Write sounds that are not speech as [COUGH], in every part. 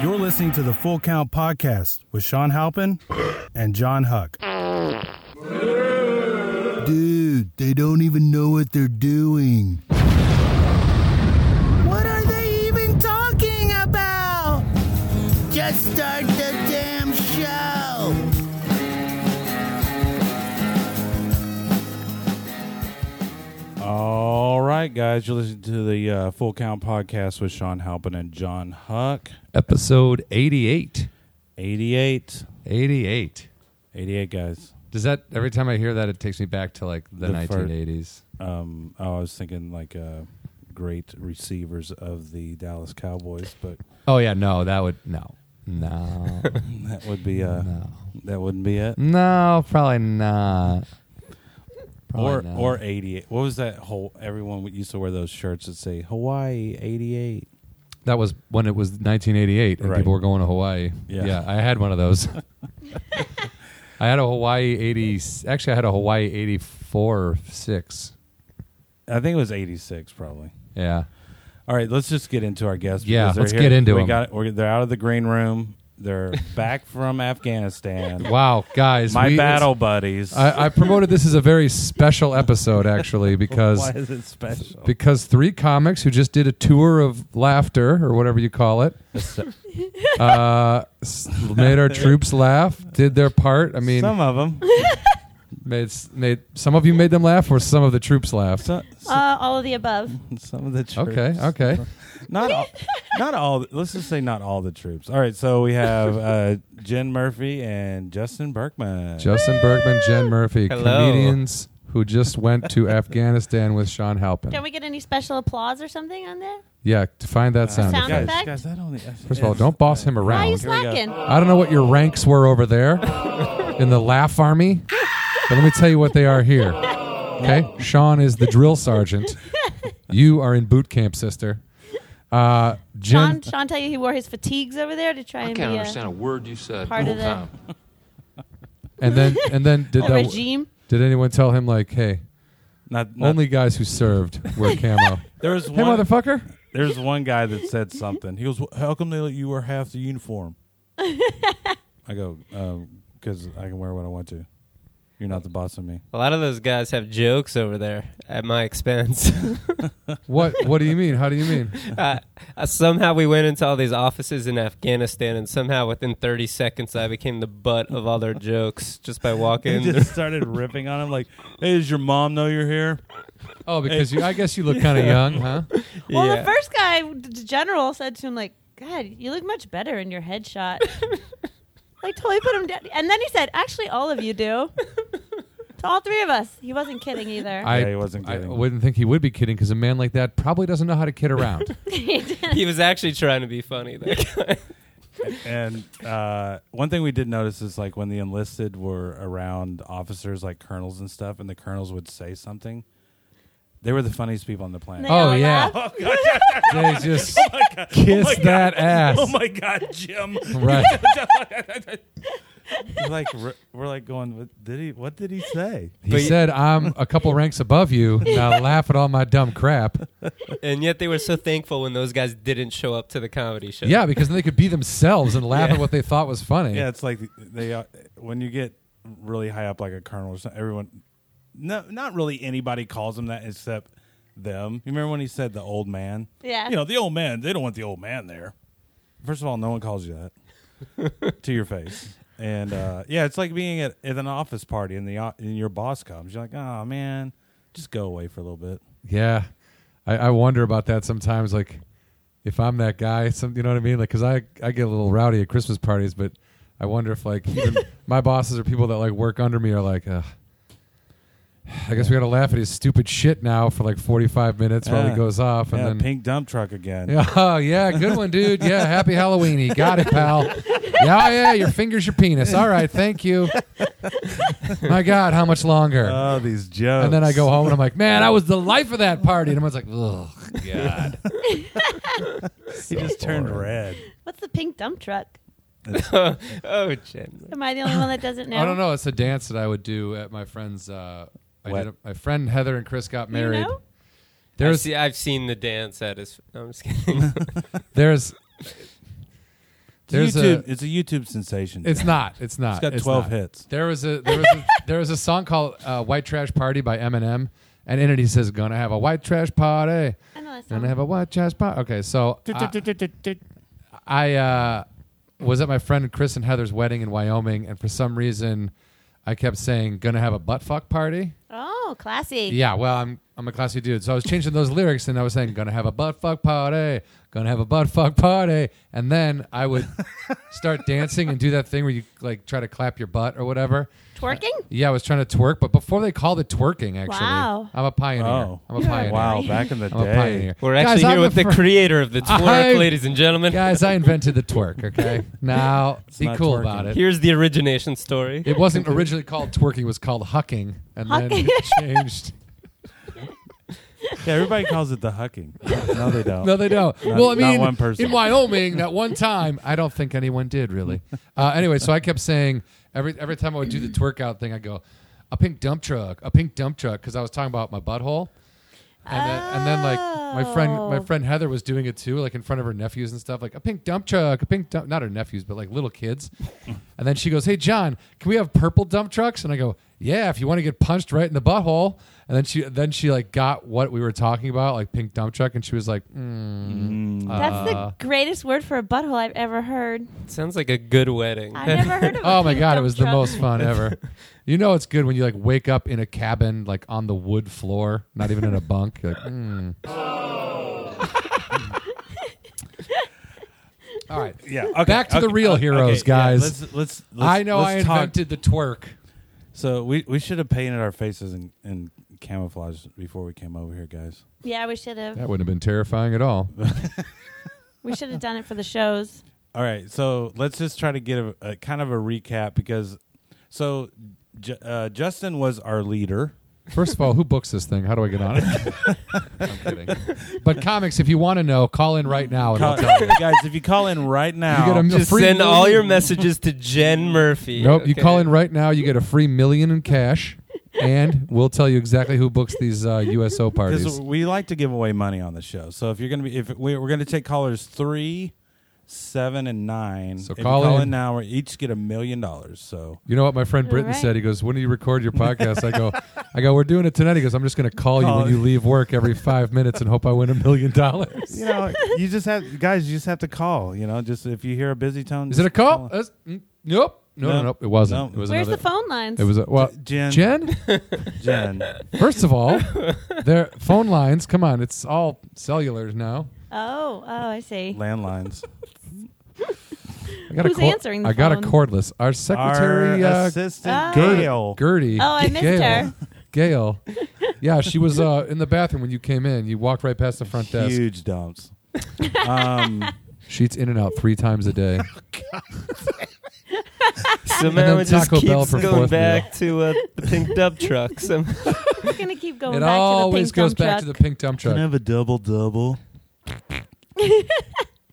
You're listening to the Full Count Podcast with Sean Halpin and John Huck. Dude, they don't even know what they're doing. What are they even talking about? Just start the damn show. All right, guys, you're listening to the uh, Full Count Podcast with Sean Halpin and John Huck. episode 88 88. 88 88, guys. does that every time i hear that it takes me back to like the, The fir- 1980s Um, oh, I was thinking like uh, great receivers of the Dallas Cowboys, but oh yeah no that would no [LAUGHS] no that would be uh, no that wouldn't be it. no probably not Probably or not. or 88. What was that whole? Everyone used to wear those shirts that say Hawaii 88. that was when it was 1988 and Right. people were going to hawaii Yeah. i had one of those [LAUGHS] i had a hawaii 80 actually i had a hawaii 84 or 6 I think it was 86, probably. yeah All right, let's just get into our guests. Yeah, because they're let's get into we 'em. Got, we're, they're out of the green room. [LAUGHS] They're back from Afghanistan. wow guys My we- battle buddies. I, I promoted this as a very special episode actually [LAUGHS] because Why is it special? because three comics who just did a tour of laughter or whatever you [LAUGHS] call it uh, s- made our troops laugh did their part i mean some of them. [LAUGHS] made, s- made some of you made them laugh or some of the troops laughed Some, Uh, all of the above. some of the troops. okay okay Not all. Not all. Let's just say not all the troops. All right. So we have uh, Jen Murphy and Justin Berkman. justin bergman jen murphy Hello. comedians who just went to afghanistan with sean halpin Can we get any special applause or something on there? yeah to find that sound, Sound effect. guys, effect? guys, I don't. first of all don't boss him Why are you around we go. slacking? I don't know what your ranks were over there in the laugh army, but let me tell you what they are here. Okay? Sean is the drill sergeant. You are in boot camp, sister. Uh, Jen, Sean, Sean, tell you he wore his fatigues over there to try I and can't be uh, understand a word you said. part the of whole the- time. and then and then did a, a that, regime. did anyone tell him like, hey, Not, not, only guys who served wear camo? there was hey, one. motherfucker! There's one guy that said something. He goes, "How come they let you wear half the uniform?" I go, "Because I can wear what I want to. You're not the boss of me." A lot of those guys have jokes over there at my expense. [LAUGHS] What what do you mean? How do [LAUGHS] you mean? uh, uh, somehow we went into all these offices in Afghanistan, and somehow within 30 seconds, I became the butt of all their jokes just by He [LAUGHS] walking. just started ripping on him like, "Hey, does your mom know you're here?" Oh, because you I guess you look kind of young, huh? Well, [LAUGHS] yeah. the first guy, the general, said to him, like, God, you look much better in [LAUGHS] your headshot. like, totally put him down. And then he said, actually, all of you do. to all three of us. He wasn't kidding either. [LAUGHS] I, Yeah, he wasn't I kidding. wouldn't think he would be kidding because a man like that probably doesn't know how to kid around. He didn't. he was actually trying to be funny. That guy. And uh, one thing we did notice is like when the enlisted were around officers like colonels and stuff, and the colonels would say something. They were the funniest people on the planet. They all Oh, yeah. laughed. They just kiss that ass. [LAUGHS] Oh my god, Jim! Right. [LAUGHS] We're like r- we're like going. What did he? What did he say? He But- said, I'm a couple ranks [LAUGHS] above you. Now laugh at all my dumb crap. [LAUGHS] and yet they were so thankful when those guys didn't show up to the comedy show. Yeah, because then they could be themselves and laugh at what they thought was funny. Yeah, it's like they uh, when you get really high up, like a colonel or something. Everyone, no, not really anybody calls him that except them. You remember when he said the old man? Yeah. You know the old man. They don't want the old man there. First of all, no one calls you that [LAUGHS] to your face. And uh, yeah, it's like being at, at an office party and the o- and your boss comes. You're like, oh man, just go away for a little bit. Yeah. I, I wonder about that sometimes. Like, if I'm that guy, some, you know what I mean? Like, because I, I get a little rowdy at Christmas parties, but I wonder if, [LAUGHS] like, even my bosses or people that, like, work under me are like, Ugh, I guess we got to laugh at his stupid shit now for like 45 minutes while Yeah. he goes off. And Yeah, then pink dump truck again. Yeah, [LAUGHS] oh, yeah, good one, dude. Yeah, happy Halloween. You got it, pal. Yeah, oh, yeah, your finger's your penis. All right, thank you. My God, how much longer? Oh, these jokes. and then I go home and I'm like, man, I was the life of that party. And everyone's like, ugh, God. He just turned red. What's the pink dump truck? [LAUGHS] oh, Jen. Am I the only one that doesn't [LAUGHS] know? I don't know. It's a dance that I would do at my friend's. Uh, I What? did a, my friend Heather and Chris got You married. know? There's [LAUGHS] I've, see, I've seen the dance at his. I'm just kidding. there's There's YouTube, a- it's a YouTube sensation. It's not. It's not. It's got It's 12 not. hits. There was a there was [LAUGHS] a, there was a song called uh, "White Trash Party" by Eminem, and in it he says, "Gonna have a white trash party, I know that song. gonna have a white trash party." Okay, so I, I uh, was at my friend Chris and Heather's wedding in Wyoming, and for some reason, I kept saying, "Gonna have a butt fuck party." Oh, classy. Yeah, well, I'm I'm a classy dude, so I was changing those lyrics, and I was saying, "Gonna have a butt fuck party, gonna have a butt fuck party," and then I would start dancing and do that thing where you like try to clap your butt or whatever. Twerking? Yeah, I was trying to twerk, but before they called it twerking, actually, Wow. I'm a pioneer. Oh. I'm a pioneer. Wow, back in the I'm a day. pioneer. [LAUGHS] We're Guys, actually I'm here with the fir- creator [LAUGHS] of the twerk, I- ladies and gentlemen. guys. I invented the twerk. Okay, [LAUGHS] now be not cool twerking. about it. Here's the origination story. It wasn't originally called twerking; it was called hucking, and then Hucking. it changed. Yeah, everybody calls it the hucking. [LAUGHS] No, they don't. No, they don't. Not- well, I not mean, one person. in Wyoming, that one time, I don't think anyone did really. Uh, anyway, so I kept saying every every time I would do the twerk out thing, I go a pink dump truck, a pink dump truck, because I was talking about my butthole. And then, and then, like my friend, my Oh. friend Heather was doing it too, like in front of her nephews and stuff, like a pink dump truck, a pink dump, not her nephews, but like little kids. and then she goes, "Hey John, can we have purple dump trucks?" And I go, "Yeah, if you want to get punched right in the butthole." And then she, then she like got what we were talking about, like pink dump truck, and she was like, "Hmm, mm, That's uh, the greatest word for a butthole I've ever heard. Sounds like a good [LAUGHS] wedding. I never heard of. a Oh my pink god, it dump was the truck. most fun ever. You know it's good when you like wake up in a cabin like on the wood floor, not even in a bunk. You're like, mm. All right. [LAUGHS] Yeah. Okay, Back to the okay, real okay, heroes, yeah, guys. let's, let's, let's. I know let's I talk. invented the twerk. So we we should have painted our faces in, in camouflage before we came over here, guys. Yeah, we should have. That wouldn't have been terrifying at all. We should have done it for the shows. All right, so let's just try to get a, a kind of a recap because so J- uh, Justin was our leader. First of all, who books this thing? How do I get on it? I'm kidding. But comics, if you want to know, call in right now and I'll Call- tell you. [LAUGHS] guys, if you call in right now, get a m- Just free send all movie. your messages to Jen Murphy. Nope. You okay? call in right now. You get a free million in cash, and we'll tell you exactly who books these uh, USO because parties. we like to give away money on the show. So if you're gonna be, if we, we're gonna take callers three, seven, and nine, So if you call call in. in. now, we each get a million dollars. So You know what my friend Britton Right. said? He goes, "When do you record your podcast?" I go, "I go, we're doing it tonight." He goes, "I'm just going to call you Call when you it. leave work every five minutes and hope I win a million dollars." you know, you just have guys, you just have to call. You know, just if you hear a busy tone, Is it a just call? That's- mm, nope. No, no, No. no, It wasn't. No. It was Where's another. the phone lines? it was a well, Jen, Jen. Jen. First of [LAUGHS] all, their phone lines. Come on, it's all cellular now. oh, oh, I see. landlines. I got a Who's cord- answering the I got a phone? cordless. Our secretary, Our uh, assistant Ah. Gail. Gertie. Oh, I missed Gail. her. Gail. Yeah, she was uh, in the bathroom when you came in. You walked right past the front desk. Huge [LAUGHS] dumps. um, Sheets in and out three times a day. Somehow then it just Taco keeps Bell for going fourth back to uh, the pink dump truck. Some- We're gonna keep [LAUGHS] going. it back always to the pink goes dump back truck. to the pink dump can I truck. have a double [LAUGHS] double?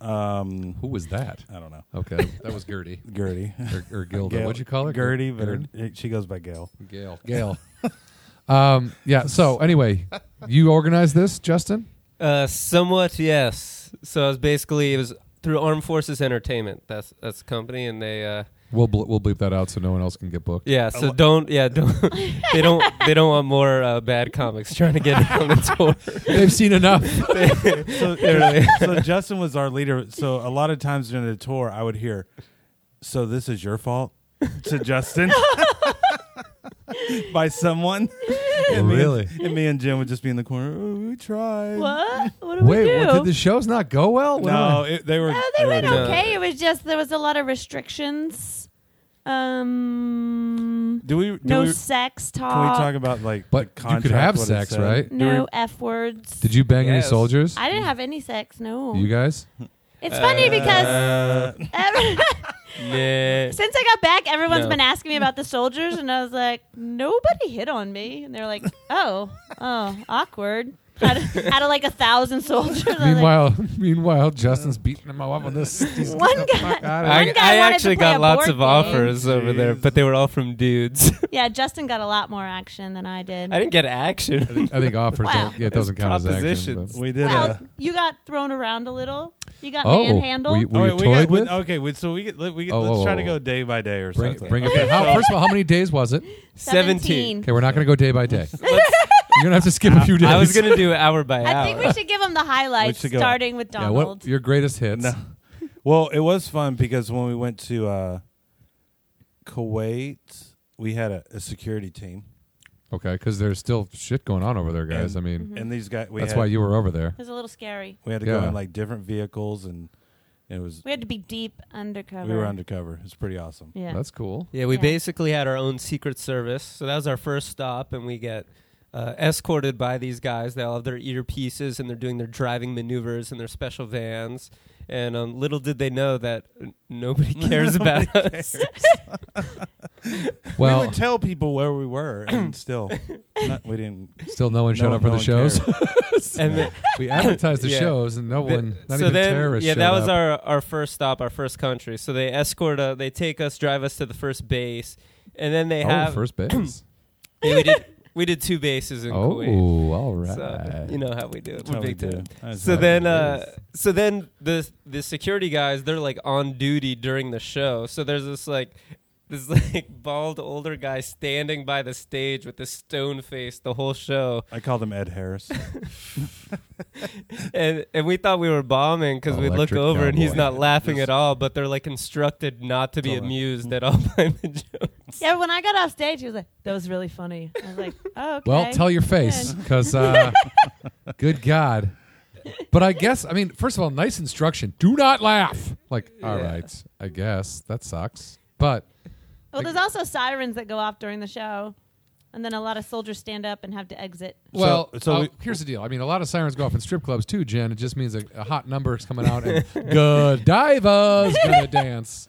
um, Who was that? I don't know. Okay, that was Gertie Gertie. or, or Gilda. Gail- What'd you call her? Gertie, but her, Gerd? she goes by Gail. Gail. Gail. [LAUGHS] um, yeah. So anyway, you organized this, Justin. uh, somewhat, yes. So I was basically it was through Armed Forces Entertainment. That's that's the company, and they uh, We'll bl- we'll bleep that out so no one else can get booked. yeah. So don't yeah don't [LAUGHS] they don't they don't want more uh, bad comics trying to get [LAUGHS] on the tour. They've seen enough. [LAUGHS] So, so Justin was our leader. So a lot of times during the tour, I would hear, "So this is your fault," to Justin [LAUGHS] by someone. And me and- Really? and me and Jim would just be in the corner. Oh, we tried. What? What do [LAUGHS] we Wait, do? what, did the shows not go well? What No, am it, they were. Oh, they went were- okay. It was just there was a lot of restrictions. Um, Do we? Do no we sex talk. can we talk about like? But the you contract, could have what it sex, said? right? no f words. I- Did you bang any Yes. soldiers? I didn't have any sex. No. you guys? it's funny because Uh, every- yeah. since I got back, everyone's No. been asking me about the soldiers, and I was like, nobody hit on me, and they're like, [LAUGHS] oh, oh, awkward. Out of, out of like a thousand soldiers, I was like, Meanwhile, [LAUGHS] meanwhile, Justin's beating him up on [LAUGHS] this. He's One get the fuck guy- out of one here. I, guy I wanted to actually play got a lots board of game. offers over there, but they were all from dudes. [LAUGHS] yeah, Justin got a lot more action than I did. I didn't get action. [LAUGHS] I think offers Wow. don't. Yeah, it doesn't count as action. Propositions. but- We did well, a. you got thrown around a little. You got Oh, manhandled. we- we- Were you wait, we toyed got, with? Okay, we, so we get, let, we get, Oh, let's oh, try to oh. go day by day or Bring, something. bring it Okay, back. How, so- first of all, how many days was it? 17. Okay, we're not going to go day by day. You're Let's- going to have to skip a few days. I was gonna do hour by hour. I think we should give him the highlights, should go- starting with Yeah, Donald. what your greatest hits? No. [LAUGHS] Well, it was fun because when we went to uh, Kuwait, we had a, a security team, Okay, because there's still shit going on over there, guys. And- I mean, Mm-hmm. and these guys. We that's had, why you were over there. It was a little scary. We had to go Yeah. in like different vehicles, and it was We had to be deep undercover. we were undercover. It's pretty awesome. Yeah. That's [LAUGHS] cool. Yeah, we Yeah. basically had our own secret service. So that was our first stop, and we get uh, escorted by these guys. They all have their earpieces, and they're doing their driving maneuvers in their special vans. And um, little did they know that uh, nobody [LAUGHS] cares about us. we Well, would [LAUGHS] tell people where we were, and still, not, we didn't. still no no one showed up for no the one shows. cared. [LAUGHS] And the- [LAUGHS] we advertised the Yeah. shows, and no the- one, not so even then, terrorists. yeah, showed that was up. our our first stop, our first country. So they escort, uh, they take us, drive us to the first base, and then they oh, have first base. yeah, [LAUGHS] we did we did two bases in Kuwait. oh, all right. So you know how we do it. That's We're how we big do time. it. That's so how we then do it. uh so then the the security guys they're like on duty during the show so there's this like this [LAUGHS] like bald older guy standing by the stage with this stone face the whole show I called him Ed Harris. and and we thought we were bombing because we look Electric over and he's cowboy. not laughing at all but they're like instructed not to be Totally. amused at all [LAUGHS] by the joke Yeah, when I got off stage, he was like, "That was really funny." I was like, [LAUGHS] "Oh, okay." Well, tell your face, because [LAUGHS] uh, good God. But I guess I mean, first of all, nice instruction. Do not laugh. Like, all right, Yeah. I guess that sucks. But Well, there's also sirens that go off during the show, and then a lot of soldiers stand up and have to exit. well, so I'll- we- here's the deal. I mean, a lot of sirens go off in strip clubs too, Jen. It just means a, a hot number is coming [LAUGHS] out, and Godiva's gonna dance.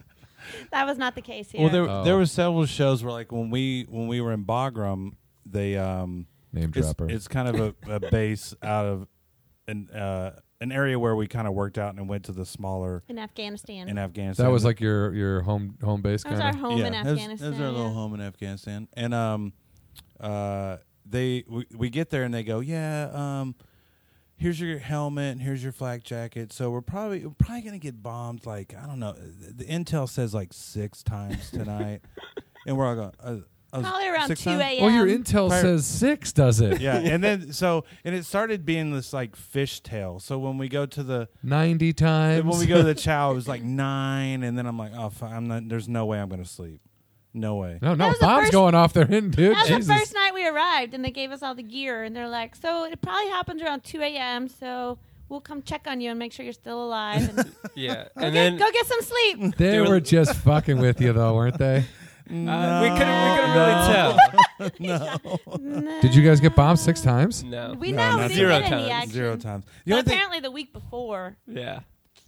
That was not the case here. Well, there Oh. there were several shows where like when we when we were in Bagram, they um Name it's, dropper. it's kind of a, [LAUGHS] a base out of an uh an area where we kind of worked out and went to the smaller in Afghanistan. in Afghanistan. that was like your your home home base that was our kind of. home in that was- Afghanistan. That was our little yeah. home in Afghanistan, and um, uh, they we, we get there and they go, yeah, um, here's your helmet, and here's your flak jacket. So we're probably we're probably gonna get bombed. Like I don't know, the, the intel says like six times tonight, [LAUGHS] and we're all going. Uh, uh, Probably around six two times? Oh, a.m. Well, your intel Prior- says six, does it? Yeah, and [LAUGHS] then so and it started being this like fishtail. So when we go to the Ninety times. when we go to [LAUGHS] the chow, it was like nine, and then I'm like, oh, fu- I'm not. There's no way I'm gonna sleep. No [LAUGHS] way. no, That no, was the bombs first- going off there, [LAUGHS] in, dude. That was Jesus. the first night we arrived, and they gave us all the gear, and they're like, "So it probably happens around 2 a.m. So we'll come check on you and make sure you're still [LAUGHS] alive, and yeah [LAUGHS] and go, then get, go get some sleep." They They were- were just fucking with you though, [LAUGHS] weren't they? uh, we couldn't we couldn't really [LAUGHS] tell Did you guys get bombed six times? no We No, know not we didn't zero get any times. action. Zero times. The But only thing, apparently, the week before, yeah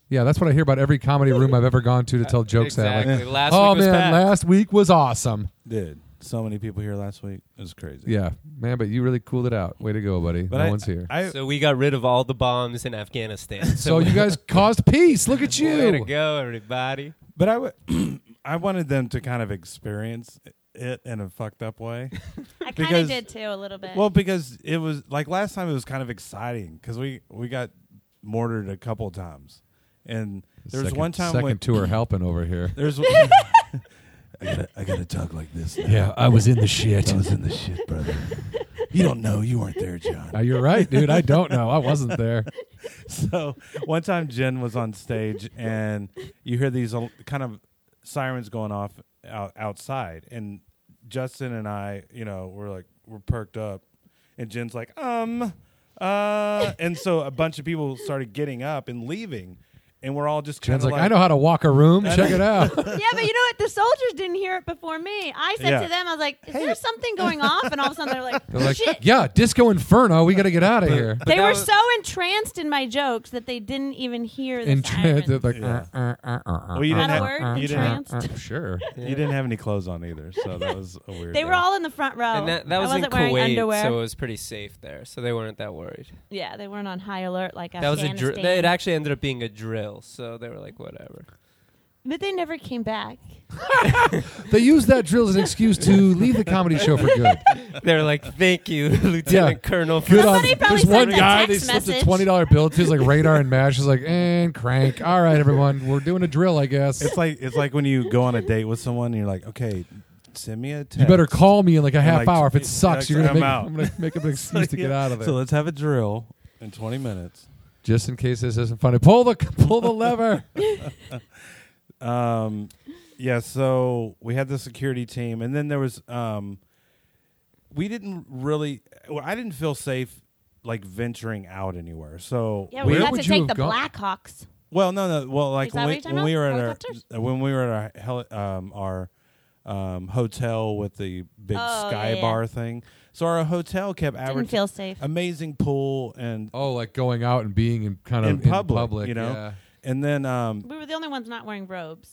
Yeah, that's what I hear about every comedy room I've ever gone to to tell jokes exactly that. Like, last oh week was man, packed. last week was awesome. dude, so many people here last week. It was crazy. Yeah, man, but you really cooled it out. Way to go, buddy. but no I- one's here. I, so we got rid of all the bombs in [LAUGHS] Afghanistan so you guys caused peace. [LAUGHS] Look at Way to you. go, everybody. but I would, [CLEARS THROAT] I wanted them to kind of experience it in a fucked up [LAUGHS] way. I kind Because- of did too a little bit. well, because it was like last time, it was kind of exciting because we we got mortared a couple times, and there was Second- one time second when tour helping over here. [LAUGHS] [LAUGHS] there's. I gotta, I gotta talk like this. Now. Yeah, I was in the shit. [LAUGHS] I was in the shit, brother. You don't know. You weren't there, John. Uh, you're right, dude. I don't know. I [LAUGHS] wasn't there. So one time Jen was on stage and you hear these al- kind of sirens going off out, outside and Justin and I, you know, we're like we're perked up and Jen's like, "Um [LAUGHS] uh and so a bunch of people started getting up and leaving and we're all just kind Jen's of like, like I know how to walk a room. Check it [LAUGHS] out. yeah, but you know what? The soldiers didn't hear it before me. I said Yeah. to them, "I was like, is there something going off?" And all of a sudden, they're like, They're like, "Shit." yeah, Disco Inferno. We got to get out of here. They that were was- so entranced in my jokes that they didn't even hear the And sirens. they're like, Yeah. uh, uh, uh, uh, uh, Well, you uh, didn't Not a have word, you didn't, entranced. Sure. you didn't have any clothes on either, so that was a weird. They were day. all in the front row. And that, that was Oh, I in wasn't wearing Kuwait, underwear. so it was pretty safe there. So they weren't that worried. yeah, they weren't on high alert like That was a Afghanistan. [LAUGHS] drill. It actually ended up being a drill, so they were like, whatever. But they never came back. They used that drill as an excuse to leave the comedy show for [LAUGHS] good. They're like, "Thank you, [LAUGHS] Lieutenant Colonel." For Good on. Somebody probably There's one sent a guy they text slipped a message. twenty dollar bill to. He's like radar and mash. He's like and crank. All right, everyone, we're doing a drill, I guess. It's like it's like when you go on a date with someone and you're like, okay, send me a text. you better call me in like a half like, hour. If it it sucks, sucks, you're gonna I'm make, out. I'm gonna [LAUGHS] make up an excuse to get out of there. So let's have a drill in 20 minutes. Just in case this isn't funny, pull the [LAUGHS] pull the lever. Um, yeah. So we had the security team, and then there was um, we didn't really. Well, I didn't feel safe like venturing out anywhere. So Yeah, Where we had would to you take the have gone? Blackhawks. Well, no, no. Well, like Is that when what we, you're when talking we were about? at Helicopters? our when we were at our heli- um, our um, hotel with the big Oh, sky yeah, yeah. bar thing. So our hotel kept Didn't average feel safe. amazing pool and Oh, like going out and being Oh, in kind of in, public, you know. yeah. And then um, [LAUGHS] We were the only ones not wearing robes.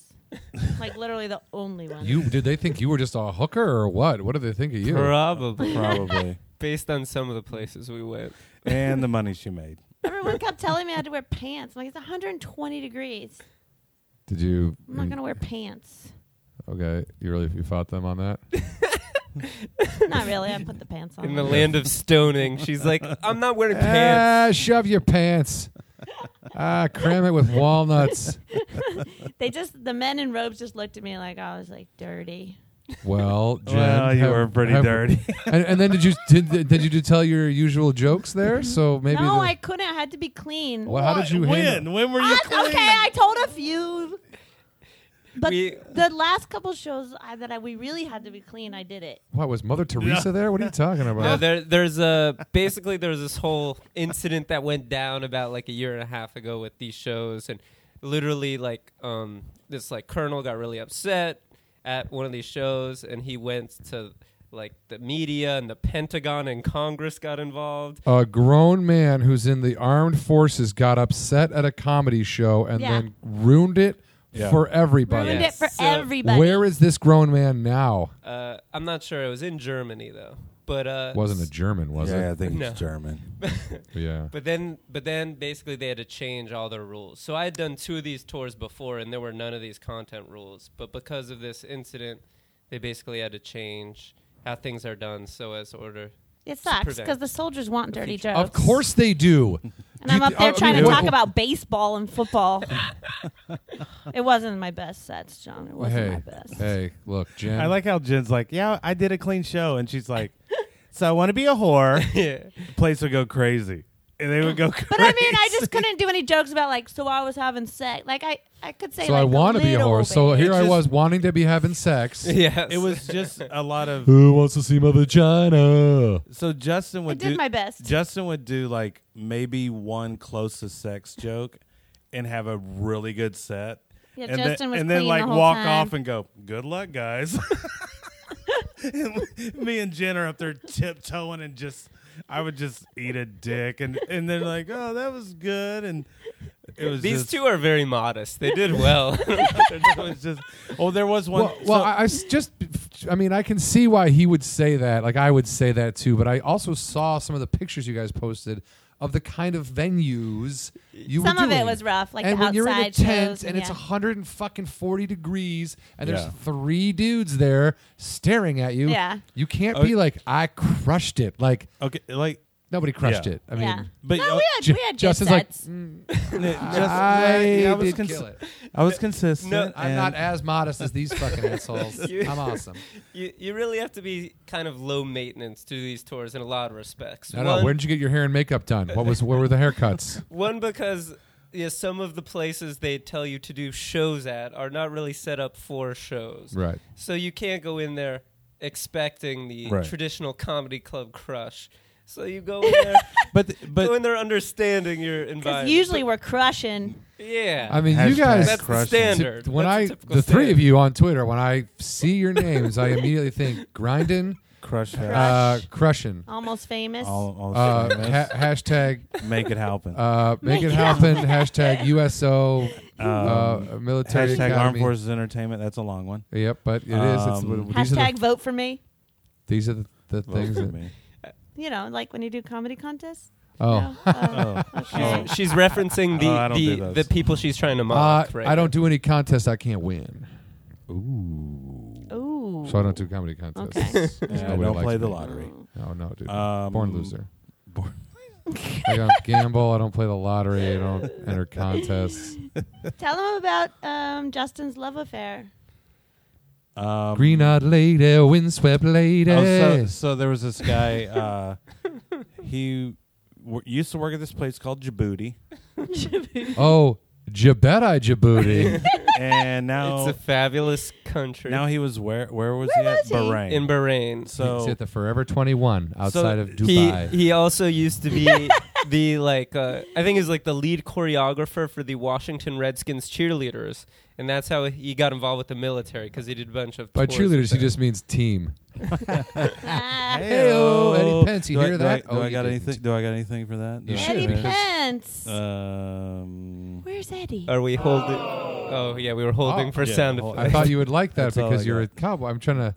like literally the only ones. You did they think you were just a hooker or what? What did they think of you? probably probably based on some of the places we went. and the money she made. Everyone kept telling me I had to wear pants. I'm like, it's 120 degrees. Did you? I'm not gonna wear pants. [LAUGHS] Okay, you really you fought them on that? not really. I put the pants on. In the land of stoning, she's like, "I'm not wearing [LAUGHS] ah, pants." shove your pants. ah, cram it with walnuts. they just the men in robes just looked at me like I was like dirty. Well, Jen, well, you have- were pretty have- dirty. And, and then did you did did you do tell your usual jokes there? So maybe no, the- I couldn't. I had to be clean. Well, [LAUGHS] how did you when? handle? When were you I- clean? okay, I told a few. But We- the last couple shows I, that I, we really had to be clean, I did it. What was Mother Teresa there? What are you talking about? No, there, there's a basically there's this whole incident that went down about like a year and a half ago with these shows, and literally like um this like colonel got really upset at one of these shows, and he went to like the media and the Pentagon and Congress got involved. a grown man who's in the armed forces got upset at a comedy show and Yeah. then ruined it Yeah. for everybody. Ruined Yes. it for So- everybody. Where is this grown man now? Uh, I'm not sure it was in Germany though, but uh, Wasn't a German, was yeah, I it? think No. it's German. Yeah. But then, but then, basically, they had to change all their rules. So I had done two of these tours before, and there were none of these content rules. But because of this incident, they basically had to change how things are done so as to [LAUGHS] order. it sucks prevent because the soldiers want dirty jokes. Of course they do. Oh, And I'm You- up there I trying mean, to what- talk about baseball [LAUGHS] and football. it wasn't my best sets, John. It wasn't my Hey, best. hey, look, Jen. I like how Jen's like, yeah, I did a clean show, and she's like, so I want to be a whore. Yeah. Place would go crazy, and they would go. Crazy. But I mean, I just couldn't do any jokes about like, so I was having sex. Like I, I could say. so like, I want to be a little whore. So bit. here I just- was wanting to be [LAUGHS] having sex. Yes. It was just a lot of [LAUGHS] Who wants to see my vagina? So Justin would did do my best. Justin would do like maybe one close to sex joke and have a really good set. Yeah, and then, Justin was and then clean like the whole walk time. off and go, "Good luck, guys." [LAUGHS] and me and Jen are up there tiptoeing and just I would just eat a dick and and then like, "Oh, that was good." And it was These just, two are very modest. They did well. [LAUGHS] [LAUGHS] it was just Oh, there was one Well, well so- I, I s- just, I mean, I can see why he would say that. Like, I would say that too. But I also saw some of the pictures you guys posted of the kind of venues you were Some of it doing. was rough, like and the when you're in a outside tent shows and and it's yeah. 100 and fucking 40 degrees and there's Yeah. three dudes there staring at you. Yeah. You can't Uh, be like, I crushed it. Like, okay, like nobody crushed Yeah. it. I mean, yeah. but no, uh, we had Ju- we had Justin's good like, "Mm, sets. [LAUGHS] just- I, yeah, I was did cons- kill it. I was consistent. No, I'm and- not as modest as these fucking assholes. [LAUGHS] You- I'm awesome. you, you really have to be kind of low maintenance to do these tours in a lot of respects. No, no. One- Where did you get your hair and makeup done? What was? Where were the haircuts? One because yeah, some of the places they tell you to do shows at are not really set up for shows. Right. So you can't go in there expecting the Right. traditional comedy club crush. So you go [LAUGHS] in there, but but go in there understanding your environment. Because usually we're crushing. yeah, I mean, you Hashtag guys. that's the crushing. standard. When That's a I, typical the three of standard. you on Twitter, when I see your names, I immediately think grinding, crush that. uh, Crush. crushing, Almost famous. All, all uh, shit. ha- hashtag make it happen. uh, make Make it it happen, hashtag USO, Um, uh, military Hashtag Armed academy. Forces Entertainment. That's a long one. Yep, but it is. It's, Um, these are Hashtag the, vote for me. these are the, the Vote things. for [LAUGHS] That, me. You know, like when you do comedy contests. Oh. [LAUGHS] No? Uh, Oh. okay. Oh. She's referencing the Oh, I don't do the, those. the people she's trying to Uh, mock. right I don't do any contests I can't win. Ooh. Ooh. So I don't do comedy contests. Okay. Yeah, Nobody don't likes play the me. lottery. No, no, dude. Um, Born loser. born- [LAUGHS] I don't gamble. I don't play the lottery. I don't enter contests. Tell them about um, Justin's [LAUGHS] love affair. Um, Green eyed lady, windswept lady. Oh, so, so there was this guy. [LAUGHS] Uh, he w- used to work at this place called Djibouti, Oh, Djibouti, Djibouti. [LAUGHS] and now It's a fabulous country. now he was where? Where was he at? was he? Bahrain. in Bahrain. It's [LAUGHS] so at the Forever 21 outside of He Dubai. he also used to be [LAUGHS] the like uh, I think is like the lead choreographer for the Washington Redskins cheerleaders, and that's how he got involved with the military because he did a bunch of. By tours cheerleaders, with he them. just means team. Ah, Hey-o, Eddie Pence, you do I- hear do that? I, do Oh, I you got didn't. anything? Do I got anything for that? Do You I- should, Eddie because- Pence. Uh, Um, Where's Eddie? Are we holding? Oh yeah, we were holding Oh, for yeah, sound hold- I [LAUGHS] effects. thought you would like that That's all I because you're a got. cowboy. I'm trying to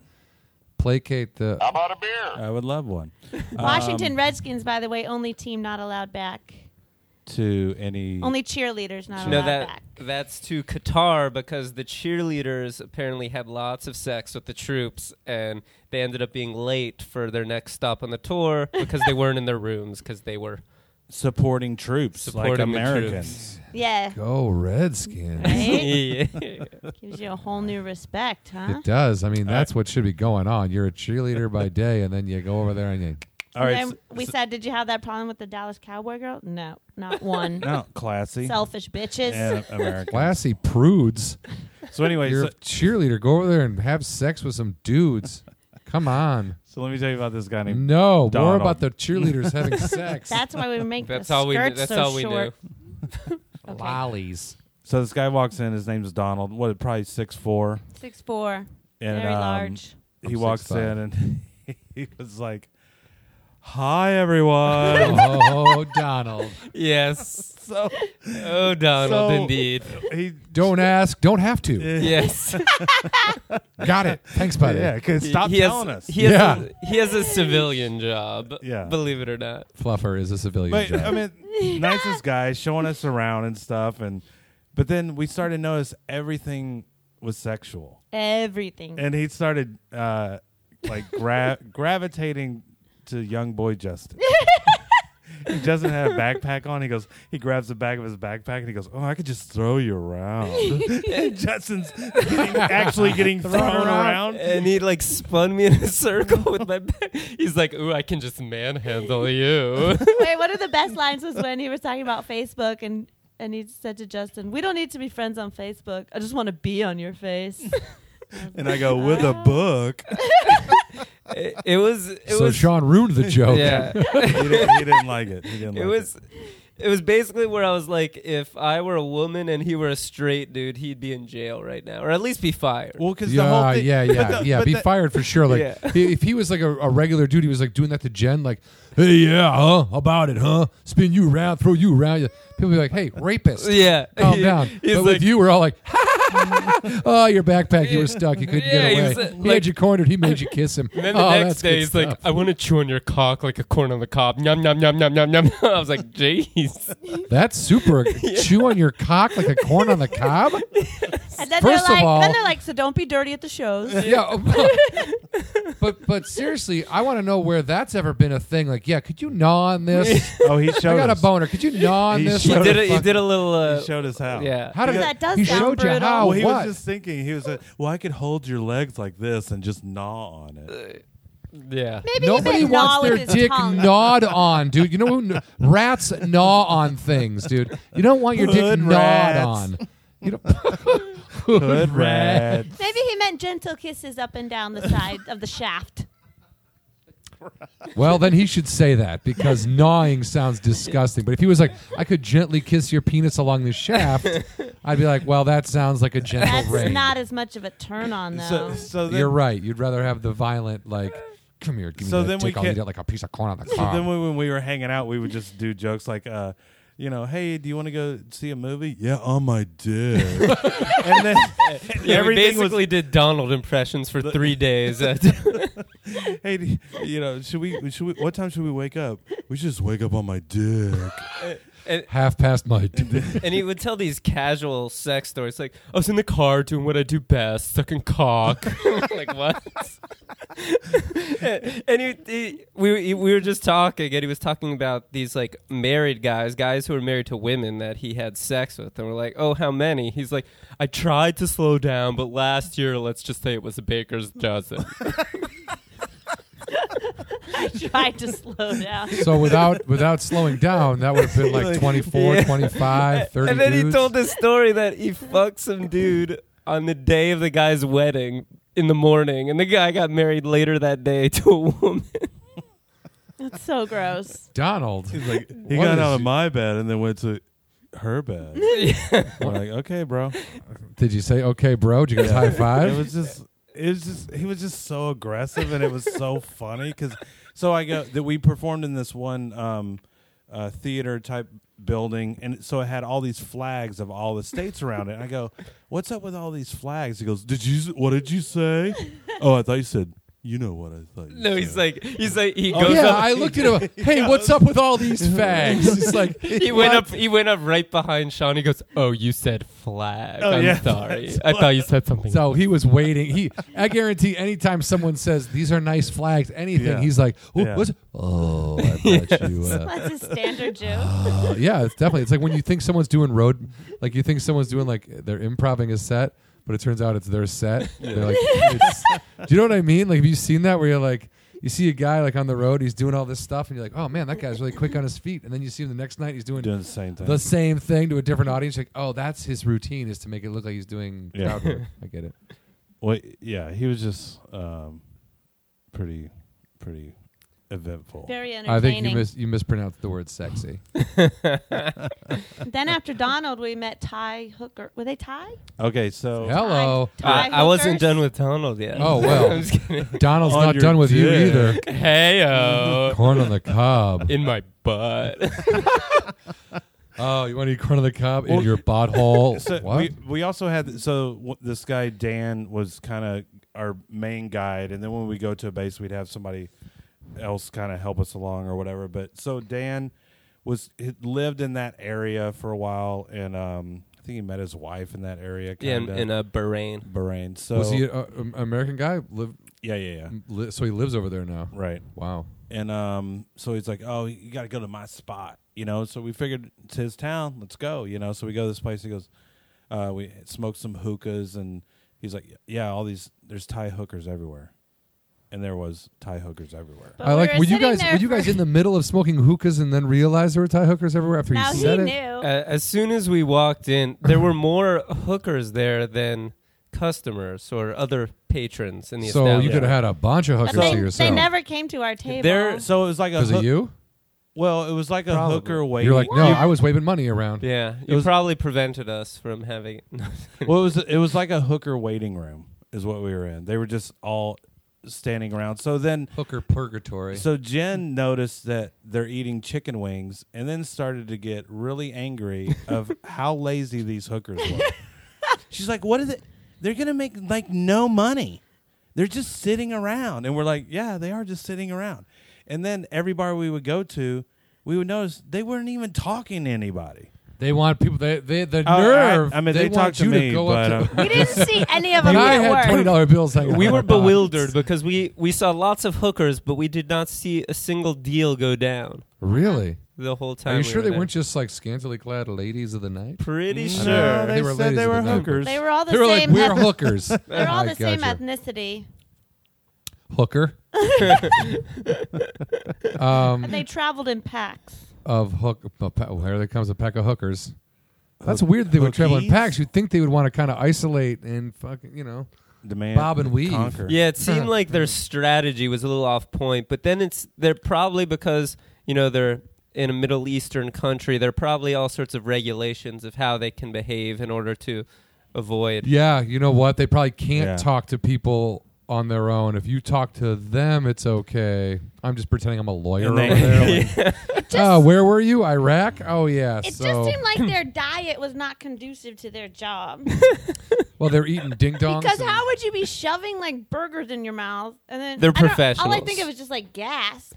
placate the. I would love one. um, Um, Washington Redskins, by the way, only team not allowed back. To any Only cheerleaders not No, allowed that back. that's to Qatar because the cheerleaders apparently had lots of sex with the troops, and they ended up being late for their next stop on the tour because they weren't in their rooms because they were supporting troops, like Supporting the Americans. Yeah. Go oh, Redskins. Right? [LAUGHS] Yeah. Gives you a whole new respect, huh? It does. I mean, that's what should be going on. You're a cheerleader by day, and then you go over there and you. All right, And s- then we said, did you have that problem with the Dallas Cowboy girl? No, [LAUGHS] not one. no, classy Selfish bitches. [LAUGHS] and American. Classy prudes. So anyway, You're so, a cheerleader. Go over there and have sex with some dudes. Come on. so let me tell you about this guy Mm. named No, more Donald. about the cheerleaders having sex. That's why we make That's the all we. Knew. skirts That's so all we short. knew. Lollies. So this guy walks in. His name's Donald. What, probably six four. Six four, And very um, large. he I'm walks 6'5". in and [LAUGHS] he was like, "Hi, [LAUGHS] everyone." [LAUGHS] Oh, Donald. Yes. so, oh, Donald, So- indeed. he eh, Don't ask. Don't have to. [LAUGHS] Yes. Got it. Thanks, buddy. yeah, 'cause stop he telling has, us. He has, Yeah. a, he has a civilian job. Yeah. Believe it or not. Fluffer is a civilian but job. I mean, nicest guy showing us around and stuff, and but then we started to notice everything was sexual, Everything. and he started uh, like gra- [LAUGHS] gravitating to young boy Justin. He doesn't have a backpack on. He goes. He grabs the back of his backpack and he goes, "Oh, I could just throw you [LAUGHS] around." And Justin's getting, actually getting thrown Uh-huh. around. And he like spun me in a [LAUGHS] circle with my back. He's like, "Ooh, I can just manhandle you." [LAUGHS] Wait, one of the best lines was when he was talking about Facebook and and he said to Justin, "We don't need to be friends on Facebook. I just want to be on [LAUGHS] your face." And I go with a [LAUGHS] book. it, it was. It so was. Sean ruined the joke. yeah. [LAUGHS] [LAUGHS] he, didn't, he didn't like it. He didn't it like was. It was basically where I was like, if I were a woman and he were a straight dude, he'd be in jail right now, or at least be fired. Well, because the whole Yeah, thing. yeah, but yeah, the- yeah. but Be the- fired for sure. Like, Yeah. i- if he was like a, a regular dude, he was like doing that to Jen, like, "Hey, yeah, huh? About it, huh? Spin you around, throw you around." People be like, "Hey, rapist, [LAUGHS] yeah. [LAUGHS] calm He- down." But he's like, with you, we're all like, [LAUGHS] "Oh, your backpack, you were stuck, you couldn't Yeah, he get was, away." uh, He like- had you cornered. He made you kiss him. [LAUGHS] And then the Oh, next that's good day, he's like, stuff. I want to chew on your cock like a corn on the cob. Yum, yum, yum, yum, yum, [LAUGHS] yum. I was like, jeez. "That's [LAUGHS] super. Chew on your cock like a corn on the cob." And then First of they're like, all- then they're like, "So don't be dirty at the shows." yeah. oh, but- [LAUGHS] But but seriously, I want to know where that's ever been a thing. Like, yeah, could you gnaw on [LAUGHS] this? Oh, he showed I got a us. boner. Could you gnaw on He this? showed like us. Did a it, you fuck- did a little. Uh, He showed us how. Yeah. How did that? That does he sound showed you brutal. how? Oh, Well, he what? was [LAUGHS] just thinking. He was like, "Well, I could hold your legs like this and just gnaw on it." yeah. Maybe Nobody he said gnaw wants their with his dick tongue. gnawed on, dude. You know, who kn- rats gnaw on things, dude. You don't want your Hood dick rats. gnawed on. [LAUGHS] You don't. Hood Good rat. Maybe he meant gentle kisses up and down the side of the shaft. Well, then he should say that because gnawing sounds disgusting. But if he was like, I could gently kiss your penis along [LAUGHS] the shaft, I'd be like, well, that sounds like a gentle That's rain. not as much of a turn on though. [LAUGHS] So, so then, You're right. You'd rather have the violent, like, come here, give me So that then we dick. I'll eat can't- it like a piece of corn on the so cob. then when, when we were hanging out, we would just do jokes like, uh, "You know, hey, do you want to go see a movie?" Yeah, on my dick. and then Yeah, we everything was [LAUGHS] basically did Donald impressions for three days. hey, do you- you know, should we? Should we? What time should we wake up? We should just wake up on my dick. Half past my. and he would tell these casual sex stories like i was in the car doing what i do best sucking cock [LAUGHS] like what and he, he- we, he- we were just talking and he was talking about these like married guys guys who were married to women that he had sex with and we're like oh how many he's like i tried to slow down but last year let's just say it was a baker's dozen [LAUGHS] I tried to slow down. So without without slowing down, that would have been like 24, Yeah. 25, 30 and then he dudes. told this story that he fucked some dude on the day of the guy's wedding in the morning, and the guy got married later that day to a woman. [LAUGHS] That's so gross. Donald. He's like, He got out of my bed and then went to her bed. We're like, okay, bro. Did you say okay, bro? Did you guys high [LAUGHS] It five? was just, it was just, he was just so aggressive, and it was so funny because. So I go that we performed in this one um, uh, theater type building, and so it had all these flags of all the states around it. And I go, "What's up with all these flags?" He goes, "Did you? s- What did you say? oh, I thought you said." You know what I thought? You no, he's said." like, he's like, he Oh, goes yeah, up. I looked at him. Hey, what's up with all these fags? It's like he went up. He went up right behind Sean. He goes, "Oh, you said flag. Oh, I'm yeah. [LAUGHS] sorry. I thought you said something." So he was waiting. He, I guarantee, anytime someone says these are nice flags, anything, Yeah. he's like, "Ooh, Yeah. what's- "Oh, I thought you." Uh, That's a standard joke. [GASPS] uh, yeah, it's definitely. It's like when you think someone's doing road, like you think someone's doing like they're improving a set, but it turns out it's [LAUGHS] their set. They're like, it's, do you know what I mean? Like, have you seen that where you're like. You see a guy like on the road, he's doing all this stuff, and you're like, "Oh man, that guy's really quick on his feet." And then you see him the next night, he's doing doing the same thing. the same thing to a different audience. Like, oh, that's his routine is to make it look like he's doing Yeah. [LAUGHS] crowd work. I get it. Well, yeah, he was just um, pretty, pretty eventful. Very I think you entertaining. mis- you mispronounced the word sexy. then after Donald, we met Ty Hooker. Were they Ty? Okay, so Hello. Uh, Ty [LAUGHS] I, I wasn't Hookers? done with Donald yet. Oh, [LAUGHS] well. I'm just kidding. Donald's On not your done with you dick. either. [LAUGHS] Heyo, Corn on the cob. uh, in my butt. [LAUGHS] Oh, you want to eat corn on the cob in Well, your [LAUGHS] butthole? so what? we we also had so w- this guy Dan was kind of our main guide, and then when we go to a base, we'd have somebody else kind of help us along or whatever. But so Dan was had lived in that area for a while, and um, I think he met his wife in that area, yeah, in, kinda, in uh, a Bahrain. Bahrain. So Was he an American guy? Live, yeah, yeah, yeah, li- so he lives over there now. right. Wow. And um, so he's like, "Oh, you got to go to my spot," you know. So we figured it's his town. Let's go, you know. So we go to this place. He goes, uh, "We smoked some hookahs," and he's like, "Yeah, all these there's Thai hookers everywhere," and there was Thai hookers everywhere. But I we like. were Were you sitting guys there were you for- guys in the middle of smoking hookahs and then realized there were Thai hookers everywhere after Now you he said it? knew. Uh, as soon as we walked in, there were more hookers there than customers or other patrons in the so you establishment. could have had a bunch of But hookers they, to they yourself never came to our table. There- So it was like a because of hook- you. well, it was like a Probably. hooker waiting. You're like, no, I was waving money around. yeah, It you was- probably prevented us from [LAUGHS] having. well, it was it was like a hooker waiting room is what we were in. They were just all standing around. So then Hooker purgatory. So Jen noticed that they're eating chicken wings and then started to get really angry [LAUGHS] of how lazy these hookers were. She's like, "What is it? They're going to make like no money. They're just sitting around." And we're like, "Yeah, they are just sitting around." And then every bar we would go to, we would notice they weren't even talking to anybody. They want people. They they the I- Oh, nerve. I, mean, they, they, talked want to you me, to uh, go but [LAUGHS] up to. [LAUGHS] um, we didn't see any of And them I at had work. twenty dollar bills. Hanging we out [LAUGHS] were of my pocket. bewildered because we we saw lots of hookers, but we did not see a single deal go down Really? the whole time. Are you we sure were they there. weren't just Mm. like scantily clad ladies of the night? Pretty no, sure? they, They were said ladies they of were the night. hookers. They were all the they were like same. we're eth- [LAUGHS] hookers. they were all the same gotcha. ethnicity. [LAUGHS] hooker um, And they traveled in packs. of hook. oh, pa- oh, Here there comes a pack of hookers. That's weird. They would travel in hookies? packs. You'd think they would want to kind of isolate and fucking you know. Demand Bob and Weave. Conquer. [LAUGHS] Yeah, [LAUGHS] it seemed like Hmm. their strategy was a little off point, but then it's they're probably because you know they're in a Middle Eastern country. There are probably all sorts of regulations of how they can behave in order to avoid. Yeah, you know what? They probably can't Yeah. talk to people on their own. If you talk to them, it's okay. I'm just pretending I'm a lawyer And [LAUGHS] they- over [LAUGHS] there. like, oh, where were you? Iraq? Oh yeah. It so just seemed like their diet was not conducive to their job. Well, they're eating ding dongs. Because how would you be shoving like burgers in your mouth and then They're I don't- All I professionals. think it was just like gas.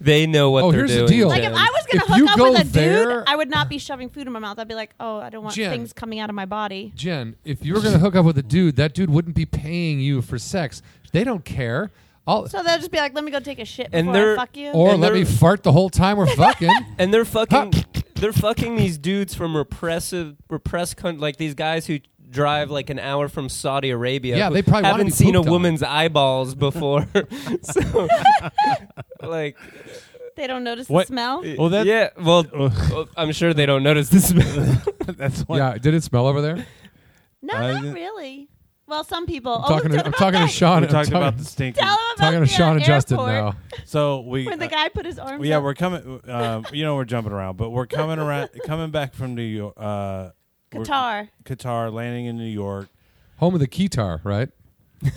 They know what Oh, they're here's the doing. deal. Like Jen. if I was gonna If you hook up go with a dude, there- I would not be shoving food in my mouth. I'd be like, oh, I don't want Jen. things coming out of my body. Jen, if you were going to hook up with a dude, that dude wouldn't be paying you for sex. They don't care. I'll, So they'll just be like, let me go take a shit And before I they're- fuck you. or And let they're- me fart the whole time we're fucking. [LAUGHS] and [LAUGHS] they're fucking they're fucking these dudes from repressive repressed coun- like these guys who drive like an hour from Saudi Arabia. Yeah, who they probably wanna haven't be seen a pooped on. woman's eyeballs before. [LAUGHS] [LAUGHS] so like they don't notice What- the smell. Well, that- yeah, [LAUGHS] well, well, I'm sure they don't notice this. [LAUGHS] That's what. yeah, did it smell over there? I'm No, I not didn't- really. Well, some people. oh, talking [LAUGHS] tell to, them I'm about talking to that. Sean. We're I'm talking about the talking- stink. Tell them about talking to the Sean and Justin airport now. So we. [LAUGHS] When the uh, guy put his arms. yeah, up. we're coming. Uh, you know, we're jumping around, but we're coming [LAUGHS] around, coming back from New York. Uh, we're- Qatar. Qatar, landing in New York. Home of the keytar, right?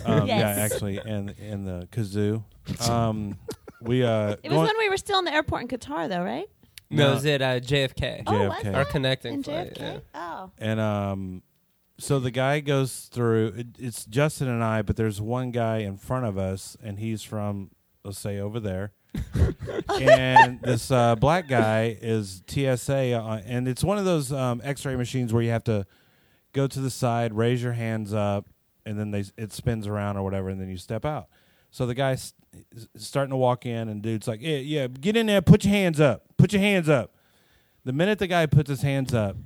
Um, Yes. Yeah, actually, and and the kazoo. Um, we uh, It was when we were still in the airport in Qatar, though, right? no, is it uh, JFK? Oh, was JFK. it? Our In connecting flight. JFK. yeah. Oh, and um, so the guy goes through. It, it's Justin and I, but there's one guy in front of us, and he's from let's say over there. and this uh, black guy is TSA, uh, and it's one of those um, X-ray machines where you have to go to the side, raise your hands up, and then they it spins around or whatever, and then you step out. So the guy's s- starting to walk in, and dude's like, "Yeah, yeah, get in there, put your hands up, put your hands up." The minute the guy puts his hands up,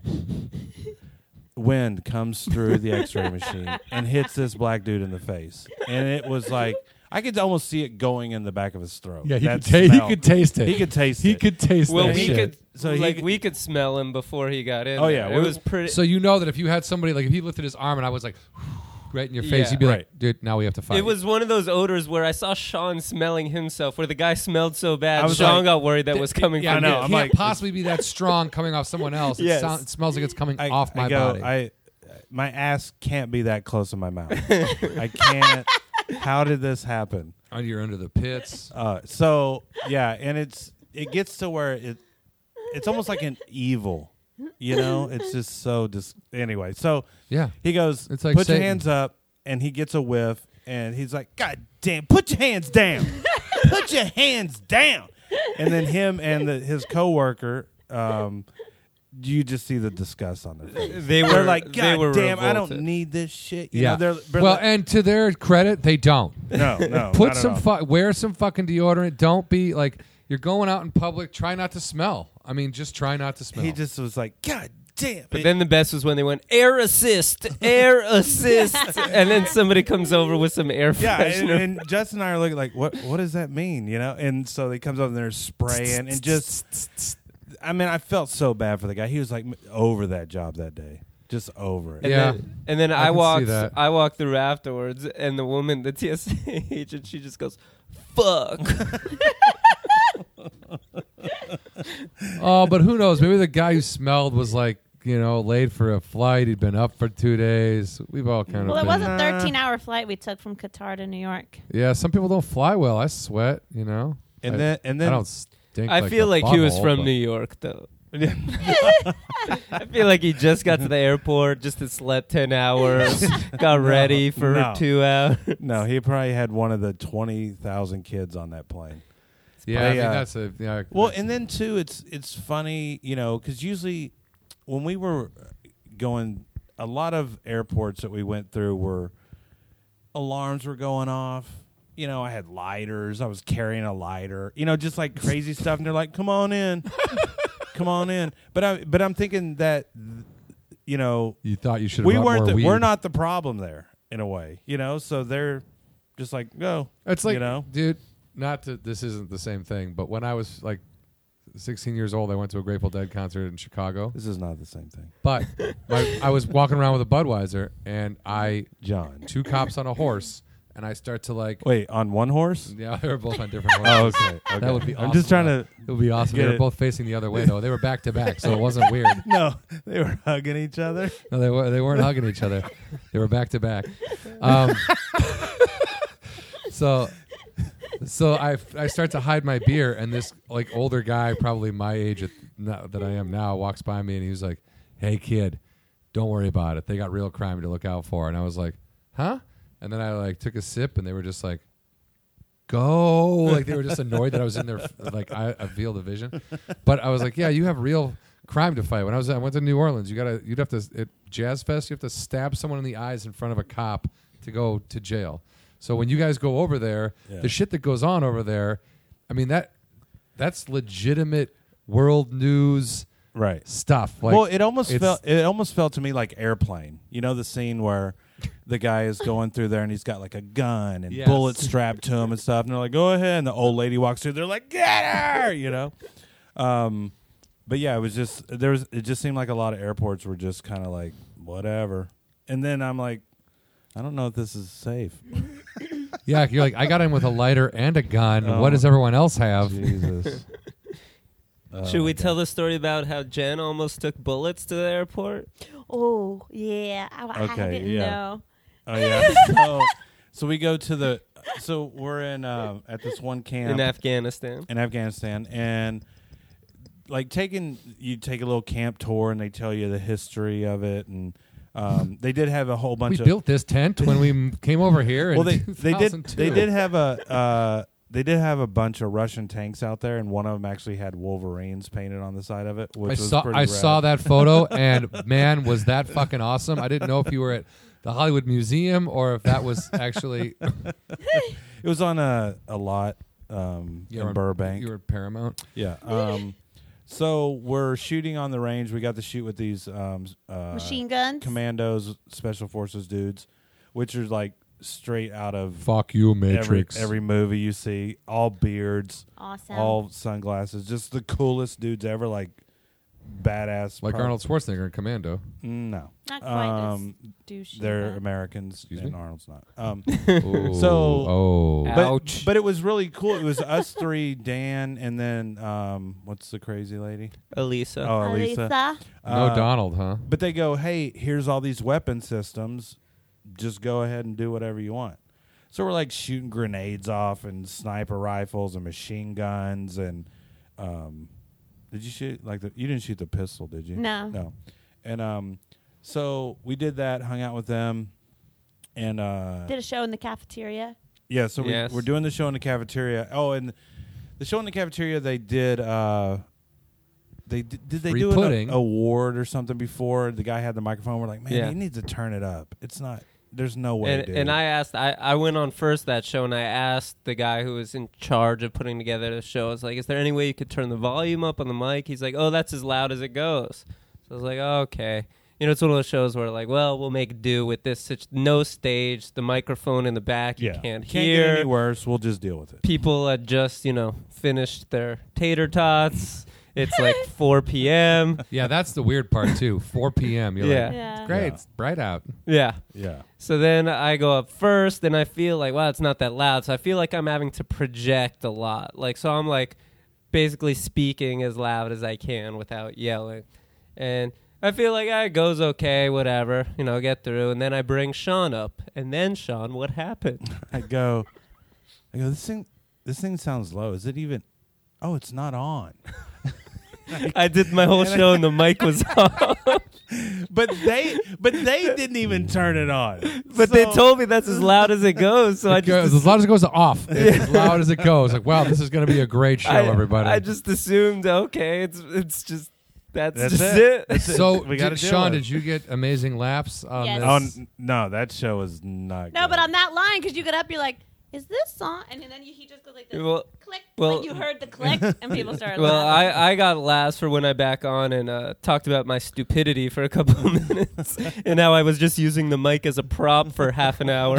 wind comes through the X-ray machine and hits this black dude in the face, and it was like I could almost see it going in the back of his throat. Yeah, he That could, ta- he smell. could taste it. He could taste He it. could taste Well, that we shit. could So he like could- we could smell him before he got in. Oh, there. yeah, it we- was pretty. So you know that if you had somebody like if he lifted his arm and I was like [SIGHS] right in your face, Yeah. you'd be like, Right. dude, now we have to fight. It was one of those odors where I saw Sean smelling himself, where the guy smelled so I bad, was Sean like- got worried that was coming I yeah, from know, him. It I'm like- can't possibly be that strong coming off someone else. It, Yes. sound, it smells like it's coming I, off my I go, body. I my ass can't be that close to my mouth. I can't. How did this happen? Oh, You're under the pits. Uh, so yeah, and it's it gets to where it it's almost like an evil. You know, it's just so dis- anyway. So Yeah. he goes, It's like put Satan. your hands up, and he gets a whiff, and he's like, God damn, put your hands down, put your hands down, and then him and the, his coworker, um, you just see the disgust on their face. [LAUGHS] They They're were like, God they were damn, I don't revolted. need this shit. You Yeah. know, they're, they're well, like- and to their credit, they don't. no, no, [LAUGHS] not Put at some all. fu- wear some fucking deodorant. Don't be like you're going out in public. Try not to smell. I mean, just try not to smell. He just was like, God damn. But it." then the best was when they went air assist, [LAUGHS] air assist, and then somebody comes over with some air yeah, and, freshener. and Justin and I are looking like, what? What does that mean? You know? And so they comes over and they're spraying and just. I mean, I felt so bad for the guy. He was like m- over that job that day, just over it. And Yeah. then, and then I I, can see walked that. I walked through afterwards, and the woman, the [LAUGHS] TSA agent, she just goes, "Fuck." oh, but who knows? Maybe the guy who smelled was like you know late for a flight. He'd been up for two days. We've all kind of. well, it been- was a 13-hour flight we took from Qatar to New York. Yeah, some people don't fly well. I sweat. You know. And I- then, and I then, don't stink. I feel a like he was butthole, from but- New York, though. I feel like he just got to the airport, just had [LAUGHS] slept ten hours, got ready for no. two hours. [LAUGHS] Oh [LAUGHS] no, he probably had one of the twenty thousand kids on that plane. Yeah, I They, mean, uh, that's a yeah. Well, and then too, it's it's funny, you know, because usually when we were going, a lot of airports that we went through were alarms were going off. You know, I had lighters. I was carrying a lighter. You know, just like crazy stuff. And they're like, "Come on [LAUGHS] in, come on in." But I, but I'm thinking that, you know, you thought you should. we weren't. More The, weed. we're not the problem there in a way. You know, so they're just like, "Go." It's like, you know, dude, not to this isn't the same thing, but when I was like 16 years old, I went to a Grateful Dead concert [LAUGHS] in Chicago. this is not the same thing, But my, I was walking around with a Budweiser, and I John. two cops on a horse, and I start to like. Wait, on one horse. [LAUGHS] Yeah, they were both on different [LAUGHS] horses. Oh, okay. okay. That would be. Awesome. I'm just trying to. It would be awesome. They get were it. both facing the other way though. They were back to back, so [LAUGHS] it wasn't weird. No, they were hugging each other. No, they were they weren't hugging each other. They were back to back. Um, [LAUGHS] so so I I start to hide my beer, and this like older guy, probably my age at, not, that I am now, walks by me, and he's like, "Hey kid, don't worry about it. They got real crime to look out for. And I was like, huh? And then I like took a sip and they were just like, go. Like they were just annoyed that I was in their, like I, I feel the vision. But I was like, yeah, you have real crime to fight. When I was, I went to New Orleans, you gotta, you'd have to, at Jazz Fest, you have to stab someone in the eyes in front of a cop to go to jail. So when you guys go over there, Yeah. the shit that goes on over there, I mean, that, that's legitimate world news right. stuff. Like, well, it almost it's- felt it almost felt to me like airplane. You know the scene where the guy is going through there and he's got like a gun and Yes. bullets strapped to him and stuff, and they're like, "Go ahead." And the old lady walks through. They're like, "Get her!" You know. Um, but yeah, it was just there was. It just seemed like a lot of airports were just kind of like whatever. And then I'm like, I don't know if this is safe. [LAUGHS] Yeah, you're like, I got in with a lighter and a gun. Oh. What does everyone else have? Jesus. Oh, Should we my God. tell the story about how Jen almost took bullets to the airport? Oh yeah, I, I Okay, didn't yeah. know. Oh yeah. so, so we go to the. So we're in um, at this one camp in Afghanistan. in Afghanistan, and like taking you take a little camp tour, and they tell you the history of it, and um, they did have a whole bunch We of built this tent when we m- came over here. In well, they they did 2002. they did have a uh, they did have a bunch of Russian tanks out there, and one of them actually had Wolverines painted on the side of it, which I was saw pretty I rad. saw [LAUGHS] that photo, and man, was that fucking awesome! I didn't know if you were at the Hollywood Museum or if that was [LAUGHS] actually it was on a a lot um, you in were- Burbank. You were at Paramount. Yeah. Um, so we're shooting on the range. We got to shoot with these um, s- uh, Machine guns. commandos, special forces dudes, which are like straight out of Fuck you, every, Matrix. every movie you see. All beards, Awesome. all sunglasses, just the coolest dudes ever. Like badass. like prob- Arnold Schwarzenegger [LAUGHS] in Commando. No, Not quite Um, as douchey. they're but- Americans, Excuse and me? Arnold's not. [LAUGHS] Um, Ooh, So- oh, but, Ouch. But it was really cool. It was us three, Dan, and then um, what's the crazy [LAUGHS] lady? Elisa. Oh, Elisa. Alisa. no Uh, Donald, huh? But they go, hey, here's all these weapon systems. Just go ahead and do whatever you want. So we're like shooting grenades off and sniper rifles and machine guns and um, did you shoot like the you didn't shoot the pistol, did you? No. No. And um, so we did that, hung out with them, and uh, Did a show in the cafeteria. yeah, so we, Yes. we're doing the show in the cafeteria. Oh, and the show in the cafeteria, they did. Uh, they did, did they Free do pudding. an a- award or something before? The guy had the microphone. We're like, man, Yeah. he needs to turn it up. It's not. There's no way. and, dude. and I asked, I, I went on first that show and I asked the guy who was in charge of putting together the show, I was like, is there any way you could turn the volume up on the mic? He's like, oh, that's as loud as it goes. So I was like, oh, okay. You know, it's one of those shows where like, well, we'll make do with this. Such no stage, the microphone in the back, yeah you can't, get hear. any worse. We'll just deal with it. People had just, you know, finished their tater tots. It's like 4 p.m. [LAUGHS] Yeah, that's the weird part too. 4 p.m. You're Yeah. like, Yeah. great, Yeah. it's bright out. Yeah. Yeah, So then I go up first, and I feel like, wow, it's not that loud. So I feel like I'm having to project a lot. Like, so I'm like basically speaking as loud as I can without yelling. And I feel like ah, it goes okay, whatever, you know, get through. And then I bring Sean up. And then, Sean, what happened? I go. I go. This thing. This thing sounds low. Is it even? Oh, it's not [LAUGHS] on. I did my [LAUGHS] whole show, and the mic was off. But they. but they didn't even turn it on. But they told me that's as loud as it goes. So I It goes, just. as loud as it goes off. It's as loud as it goes. Like, wow, this is going to be a [LAUGHS] great show, I, everybody. I just assumed, okay, it's, it's just. That's, That's just it. it. so, We we gotta got deal Sean, with it. did you get amazing laps on Yes. this? Oh n- no, that show is not. No, good. but on that line, because you get up, you're like, "Is this song?" And then you, he just goes like this, Well- click. well- like you heard the click, [LAUGHS] and people [LAUGHS] started. Well, laughing. I, I got last for when I back on and uh, talked about my stupidity for a couple of [LAUGHS] minutes, and now I was just using the mic as a prop for half an hour.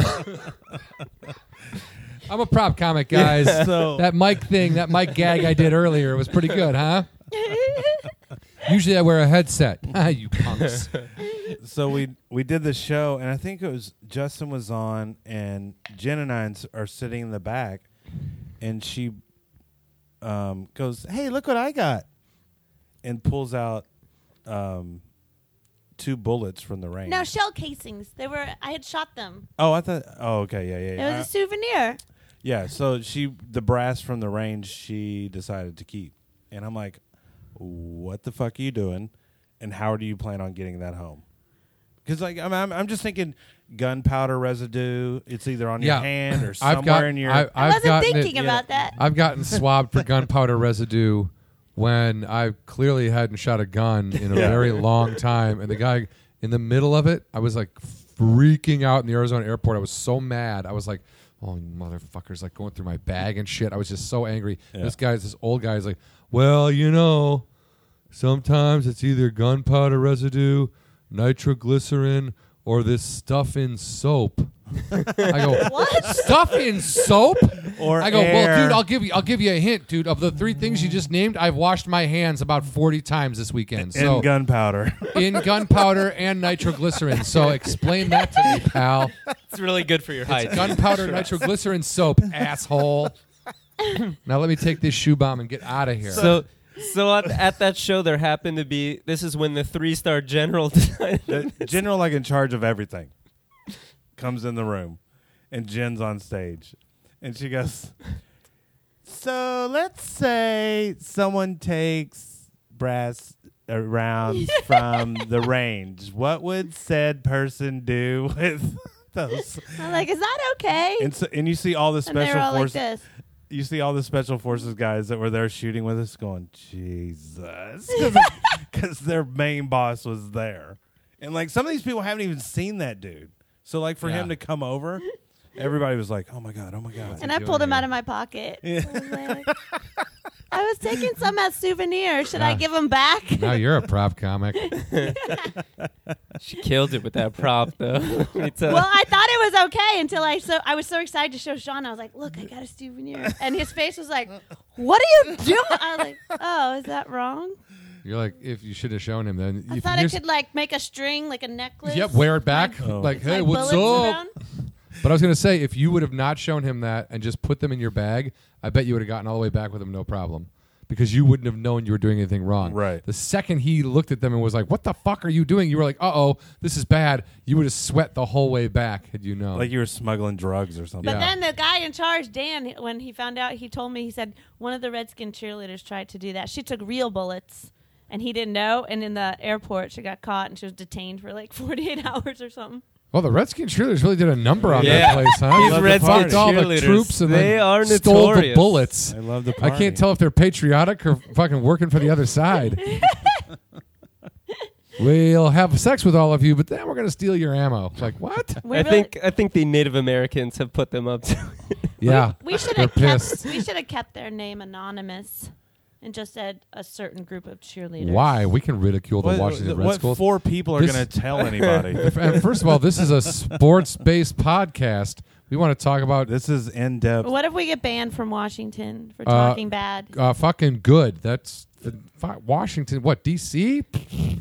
I'm a prop [LAUGHS] comic, guys. [LAUGHS] So That mic thing, that mic gag I did earlier was pretty good, huh? Usually I wear a headset. [LAUGHS] you punks. so we we did the show, and I think it was Justin was on, and Jen and I s- are sitting in the back, and she um, goes, "Hey, look what I got," and pulls out um, two bullets from the rain. [LAUGHS] no shell casings. They were. I had shot them. oh, I thought. Oh, okay, yeah, yeah, It yeah. was a souvenir. Yeah, so she the brass from the range she decided to keep. And I'm like, "What the fuck are you doing? And how do you plan on getting that home?" Because like I'm, I'm, I'm just thinking gunpowder residue. It's either on Yeah. your hand or somewhere I've got. in your. I, I I've wasn't gotten it- thinking about that. I've gotten swabbed for gunpowder residue when I clearly hadn't shot a gun in a very long time. And the guy in the middle of it, I was like freaking out in the Arizona airport. I was so mad. I was like, oh, you motherfuckers, like going through my bag and shit. I was just so angry. Yeah. This guy's, this old guy's like, well, you know, sometimes it's either gunpowder residue, nitroglycerin, or this stuff in soap. I go, What? Stuff in soap? Or I go, air. well, dude, I'll give you, I'll give you a hint, dude. Of the three things you just named, I've washed my hands about forty times this weekend. in So gunpowder. [LAUGHS] in gunpowder and nitroglycerin. So explain that to me, pal. It's really good for your height. Gunpowder, nitroglycerin, soap, asshole. now let me take this shoe bomb and get out of here. So, so on, at that show, there happened to be. This is when the three star general [LAUGHS] decided. the general like in charge of everything comes in the room and jen's on stage and she goes so let's say someone takes brass uh, [LAUGHS] rounds from the range what would said person do with [LAUGHS] those I'm like, is that okay? and so and you see all the and they special were all like forces this. you see all the special forces guys that were there shooting with us going jesus because their main boss was there and like some of these people haven't even seen that dude so like for him Yeah. to come over everybody was like oh my god oh my god And I doing pulled them here? out of [LAUGHS] my pocket. I, was like, I was taking some as souvenir. Should I Yeah. give them back? now you're a prop comic. She killed it with that prop, though. [LAUGHS] Let me tell [LAUGHS] you. well, I thought it was okay until I so I was so excited to show Sean. I was like, "Look, I got [LAUGHS] a souvenir," and his face was like, "What are you doing?" I was like, "Oh, is that wrong?" You're like, if you should have shown him, then I if thought I you're- could like make a string, like a necklace. Yep, wear it back. Oh. Like, hey, like, what's bullets up? around. But I was gonna say, if you would have not shown him that and just put them in your bag, I bet you would have gotten all the way back with him no problem, because you wouldn't have known you were doing anything wrong. Right. The second he looked at them and was like, "What the fuck are you doing?" You were like, "Uh oh, this is bad." You would have sweat the whole way back had you known. like you were smuggling drugs or something But Yeah. then the guy in charge, Dan, when he found out, he told me he said one of the Redskin cheerleaders tried to do that. She took real bullets, and he didn't know. And in the airport, she got caught and she was detained for like [LAUGHS] 48 hours or something. well, the Redskin cheerleaders really did a number on Yeah. that place, huh? These They Redskin fucked all the cheerleaders, troops and they then are stole the notorious. bullets. i love the I party. can't tell if they're patriotic or fucking working for the other [LAUGHS] side. we'll have sex with all of you, but then we're gonna steal your ammo. Like [LAUGHS] what? We I really- think I think the Native Americans have put them up to. [LAUGHS] Yeah. [LAUGHS] we should They're have kept pissed. we should have kept their name anonymous, and just said a certain group of cheerleaders. Why? We can ridicule the what, Washington what Redskins. four people are This- going to tell [LAUGHS] anybody and first of all, this is a sports-based podcast. We want to talk about this is in-depth What if we get banned from Washington for Uh, talking bad? uh, fucking good. That's fi- Washington. What D.C.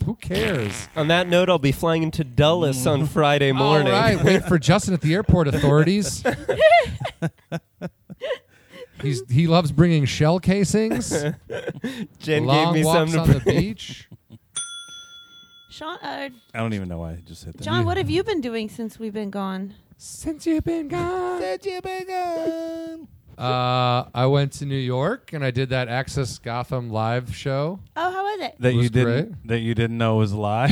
Who cares? On that note, I'll be flying into Dulles on Friday morning. All right, wait [LAUGHS] for Justin at the airport authorities. He's he loves bringing shell [LAUGHS] casings. Jen long gave me walks some. on the beach. Sean, uh, i don't even know why i just hit that John, what have you been doing since we've been gone? Since you've been gone. Uh, I went to New York and I did that Access Gotham live show. Oh, how was it? that you was didn't great. that you didn't know was [LAUGHS] live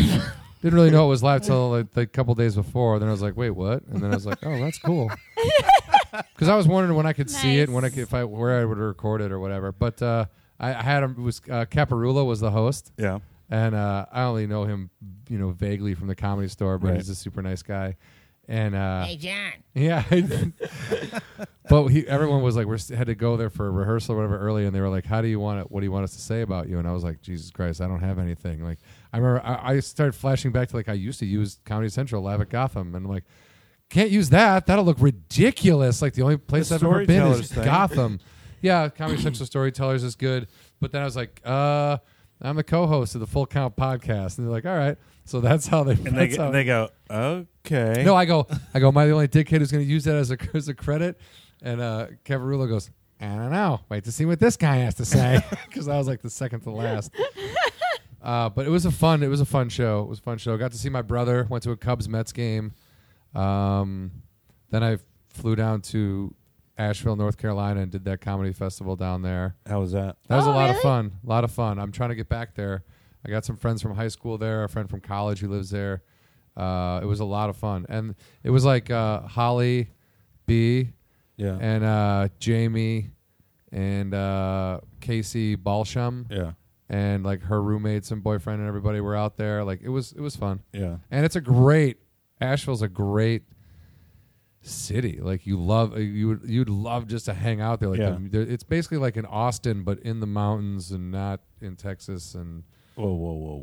Didn't really know it was live till like the couple days before. Then I was like, wait, what? And then I was like, oh, that's [LAUGHS] cool. Because I was wondering when I could see it, and when I could, if I where I would record it or whatever. But uh, I, I had him it was uh, Caparula was the host, yeah and uh, I only know him, you know, vaguely from the Comedy Store, but Right. he's a super nice guy. And uh, Hey, John. Yeah. [LAUGHS] but he, everyone was like, we had to go there for a rehearsal or whatever early, and they were like, "How do you want it? What do you want us to say about you?" And I was like, "Jesus Christ, I don't have anything." Like, I remember I, I started flashing back to like I used to use Comedy Central live at Gotham, and I'm like, "Can't use that. That'll look ridiculous." Like the only place The I've ever been storytellers is thing. [LAUGHS] Gotham. yeah, Comedy Central Storytellers is good, but then I was like, "Uh." I'm the co-host of the Full Count podcast, and they're like, "All right." So that's how they. and they, that's how- they go okay no, I go, I go. Am I the only dickhead who's going to use that as a as a credit? And uh, Cavarulo goes, I don't know. Wait to see what this guy has to say [LAUGHS] because I was like the second to last. Uh, but it was a fun. It was a fun show. It was a fun show. Got to see my brother. Went to a Cubs Mets game. Um, then I flew down to Asheville, North Carolina, and did that comedy festival down there. how was that That was Oh, a lot really? of fun. A lot of fun. I'm trying to get back there. I got some friends from high school there, a friend from college who lives there. Uh, it was a lot of fun, and it was like uh, Holly B Yeah. and uh, Jamie and uh, Casey Balsham yeah. and like her roommates and boyfriend and everybody were out there. Like it was it was fun, Yeah. and it's a great Asheville's a great city. Like you love you would you'd love just to hang out there. Like Yeah. the- it's basically like in Austin, but in the mountains and not in Texas. And Whoa, whoa, whoa,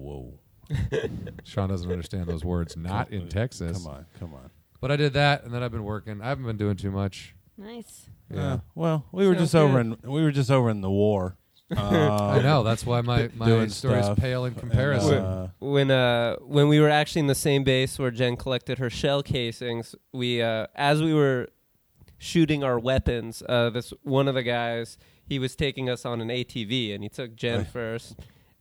whoa. Sean doesn't understand [LAUGHS] those words. Not in Texas. Come on, come on. But I did that, and then I've been working. I haven't been doing too much. Nice. Yeah. Uh, well, we were Sounds just over in we were just over in the war. I know that's why my my Um, doing stories stuff pale in Paris. comparison. uh, when uh when we were actually in the same base where Jen collected her shell casings, we uh as we were shooting our weapons, uh this one of the guys, he was taking us on an ATV and he took Jen Right. first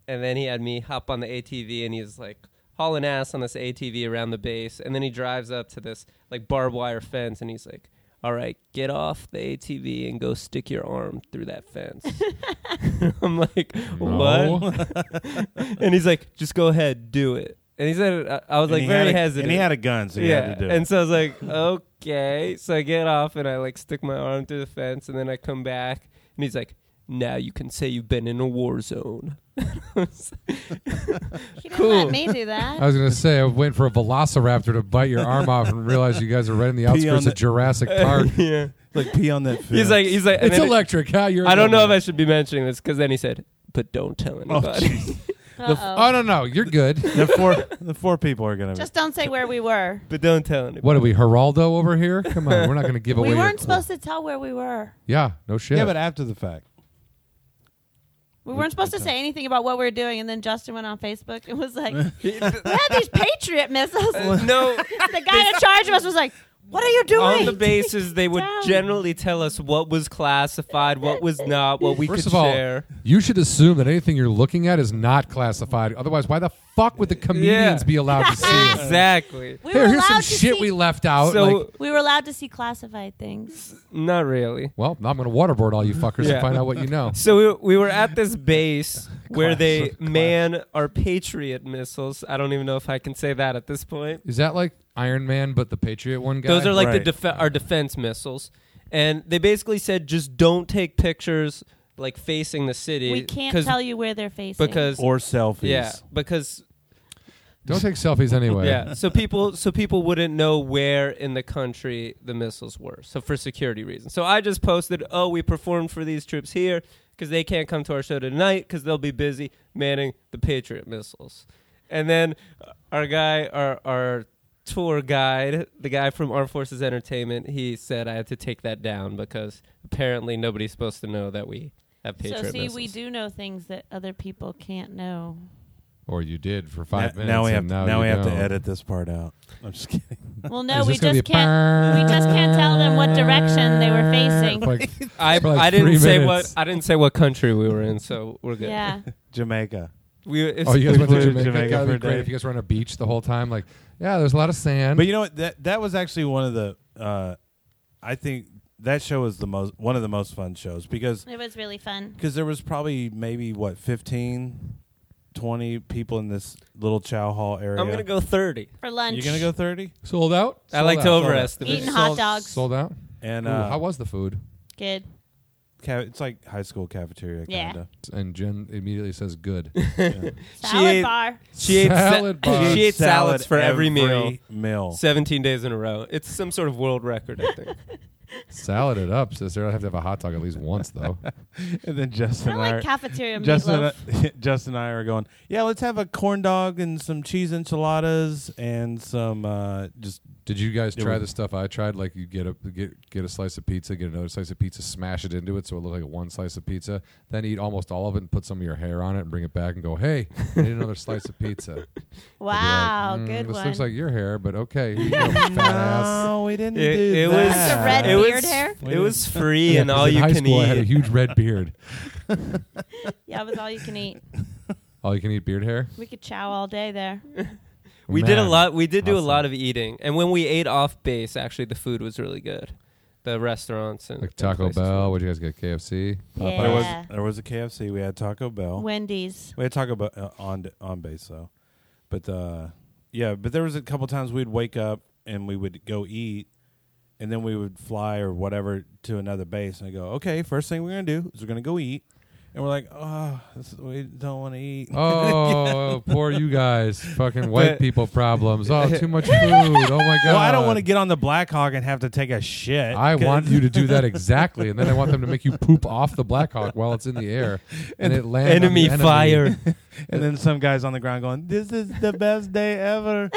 and then he had me hop on the ATV and he's like hauling ass on this ATV around the base and then he drives up to this like barbed wire fence and he's like all right, get off the ATV and go stick your arm through that fence. [LAUGHS] I'm like, No. what? [LAUGHS] and he's like, just go ahead, do it. And he said, it- I, I was and like he very had a, hesitant. And he had a gun, so he yeah. had to do and it. so I was like, okay. So I get off and I like stick my arm through the fence and then I come back and he's like, now you can say you've been in a [LAUGHS] war zone. He didn't Cool. let me do [LAUGHS] that. I was gonna say I went for a velociraptor to bite your arm off and realized you guys [LAUGHS] are right in the on outskirts the- [LAUGHS] of Jurassic Park. [LAUGHS] yeah. Like pee on that. He's fence. like, he's like, and it's then electric. How you're? I don't know if I living. should be mentioning this because then he said, but don't Oh, tell anybody. Uh-oh. Oh no no, you're good. the four the four people are gonna. Just don't say where we were. [LAUGHS] but don't tell anybody. What are we, Geraldo over here? Come on, we're not gonna give away. We your weren't cool- supposed to tell where we were. Yeah, no shit. yeah, but after the fact. We weren't supposed to say anything about what we were doing, and then Justin went on Facebook and was like, "We had these Patriot missiles." [LAUGHS] the Uh, [LAUGHS] no. guy in charge of us was like, "What are you doing?" on the bases they would down. generally tell us what was classified, what was not, what we First could of all, share. you should assume that anything you're looking at is not classified. Otherwise, why the fuck would the comedians be allowed to see it? Exactly. [LAUGHS] we Here, were here's allowed some to shit see, we left out. So like, we were allowed to see classified things. not really. well, now I'm gonna waterboard all you fuckers Yeah. and find out what you [LAUGHS] know. So we, we were at [LAUGHS] this base where Class- they class. man our Patriot missiles. I don't even know if I can say that at this point. Is that like Iron Man, but the Patriot one guy? Those are like Right. the def- our defense missiles, and they basically said just don't take pictures like facing the city. We can't 'cause- tell you where they're facing. because Or selfies. yeah because Don't take selfies anyway. Yeah. So people so people wouldn't know where in the country the missiles were. So for security reasons. So I just posted, "Oh, we performed for these troops here because they can't come to our show tonight because they'll be busy manning the Patriot missiles." And then uh, our guy our our tour guide, the guy from Armed Forces Entertainment, he said I had to take that down because apparently nobody's supposed to know that we have so Patriot see, missiles. we do know things that other people can't know. Or you did for Now, five minutes. now we have and to, now, now, you we have to don't. edit this part out. [LAUGHS] I'm just kidding. Well, no, Is we this gonna be just a can't. We just can't tell them what direction they [LAUGHS] were facing. Like, I, For like I didn't three say minutes. what I didn't say what country we were in, so we're good. yeah, Jamaica. We, it's, oh, you guys went to flew to Jamaica. Jamaica for That'd be a great day. if you guys were on a beach the whole time. Like, yeah, there's a lot of sand. But you know what? That that was actually one of the. Uh, I think that show was the most one of the most fun shows because it was really fun. because there was probably maybe what 15, 20 people in this little Chow Hall area. I'm gonna go thirty. For lunch, You're gonna go thirty, sold out. I like to Sold out. overestimate. eating hot Salt- dogs. Sold out. and Ooh, uh, how was the food? Good. ca- it's like high school cafeteria Yeah. kind of. And Jen immediately [LAUGHS] says, "Good." Salad ate- bar. She ate, sa- Salad bar. she ate salads for every, meal, [LAUGHS] Meal. seventeen days in a row. It's some sort of world record, I [LAUGHS] think. Salad it up, sister. I'd have to have a hot dog at least [LAUGHS] once, though. and then Justin I and I, like are- cafeteria Justin, meatloaf. Justin and I [LAUGHS] are going. Yeah, let's have a corn dog and some cheese enchiladas and some uh, just Did you guys It try was- the stuff I tried? Like you get a get get a slice of pizza, get another slice of pizza, smash it into it so it looked like one slice of pizza, then eat almost all of it and put some of your hair on it and bring it back and go, Hey, I need another slice of pizza. [LAUGHS] Wow, Mm, good This one. looks like your hair, but okay. Here [LAUGHS] you go, fat ass. No, we didn't It, do it was that. That's a red it beard was, hair? It [LAUGHS] was free Yeah, and 'cause all in you high can school, I had a eat. huge [LAUGHS] red beard. yeah, it was all you can eat. All you can eat beard hair. We could chow all day there. We did a Man. lot. We did do Awesome. a lot of eating, and when we ate off base, actually, the food was really good. The restaurants and Like and Taco places. Bell. What would you guys get? [LAUGHS] KFC. Yeah. There was there was a KFC. We had Taco Bell. Wendy's. We had Taco Bell uh, on on base though, but uh, yeah, but there was a couple times we'd wake up and we would go eat, and then we would fly or whatever to another base, and I go, okay, first thing we're gonna do is we're gonna go eat, and we're like, oh, this, we don't want to eat. Oh, poor you guys. Fucking white people problems. Oh, [LAUGHS] too much food. Oh my god. Well, I don't want to get on the Blackhawk and have to take a shit. I 'cause- want you to do that exactly, and then I want them to make you poop off the Blackhawk while it's in the air, and it lands. on the Enemy fire. [LAUGHS] and then some guys on the ground going, "This is the best day ever. [LAUGHS]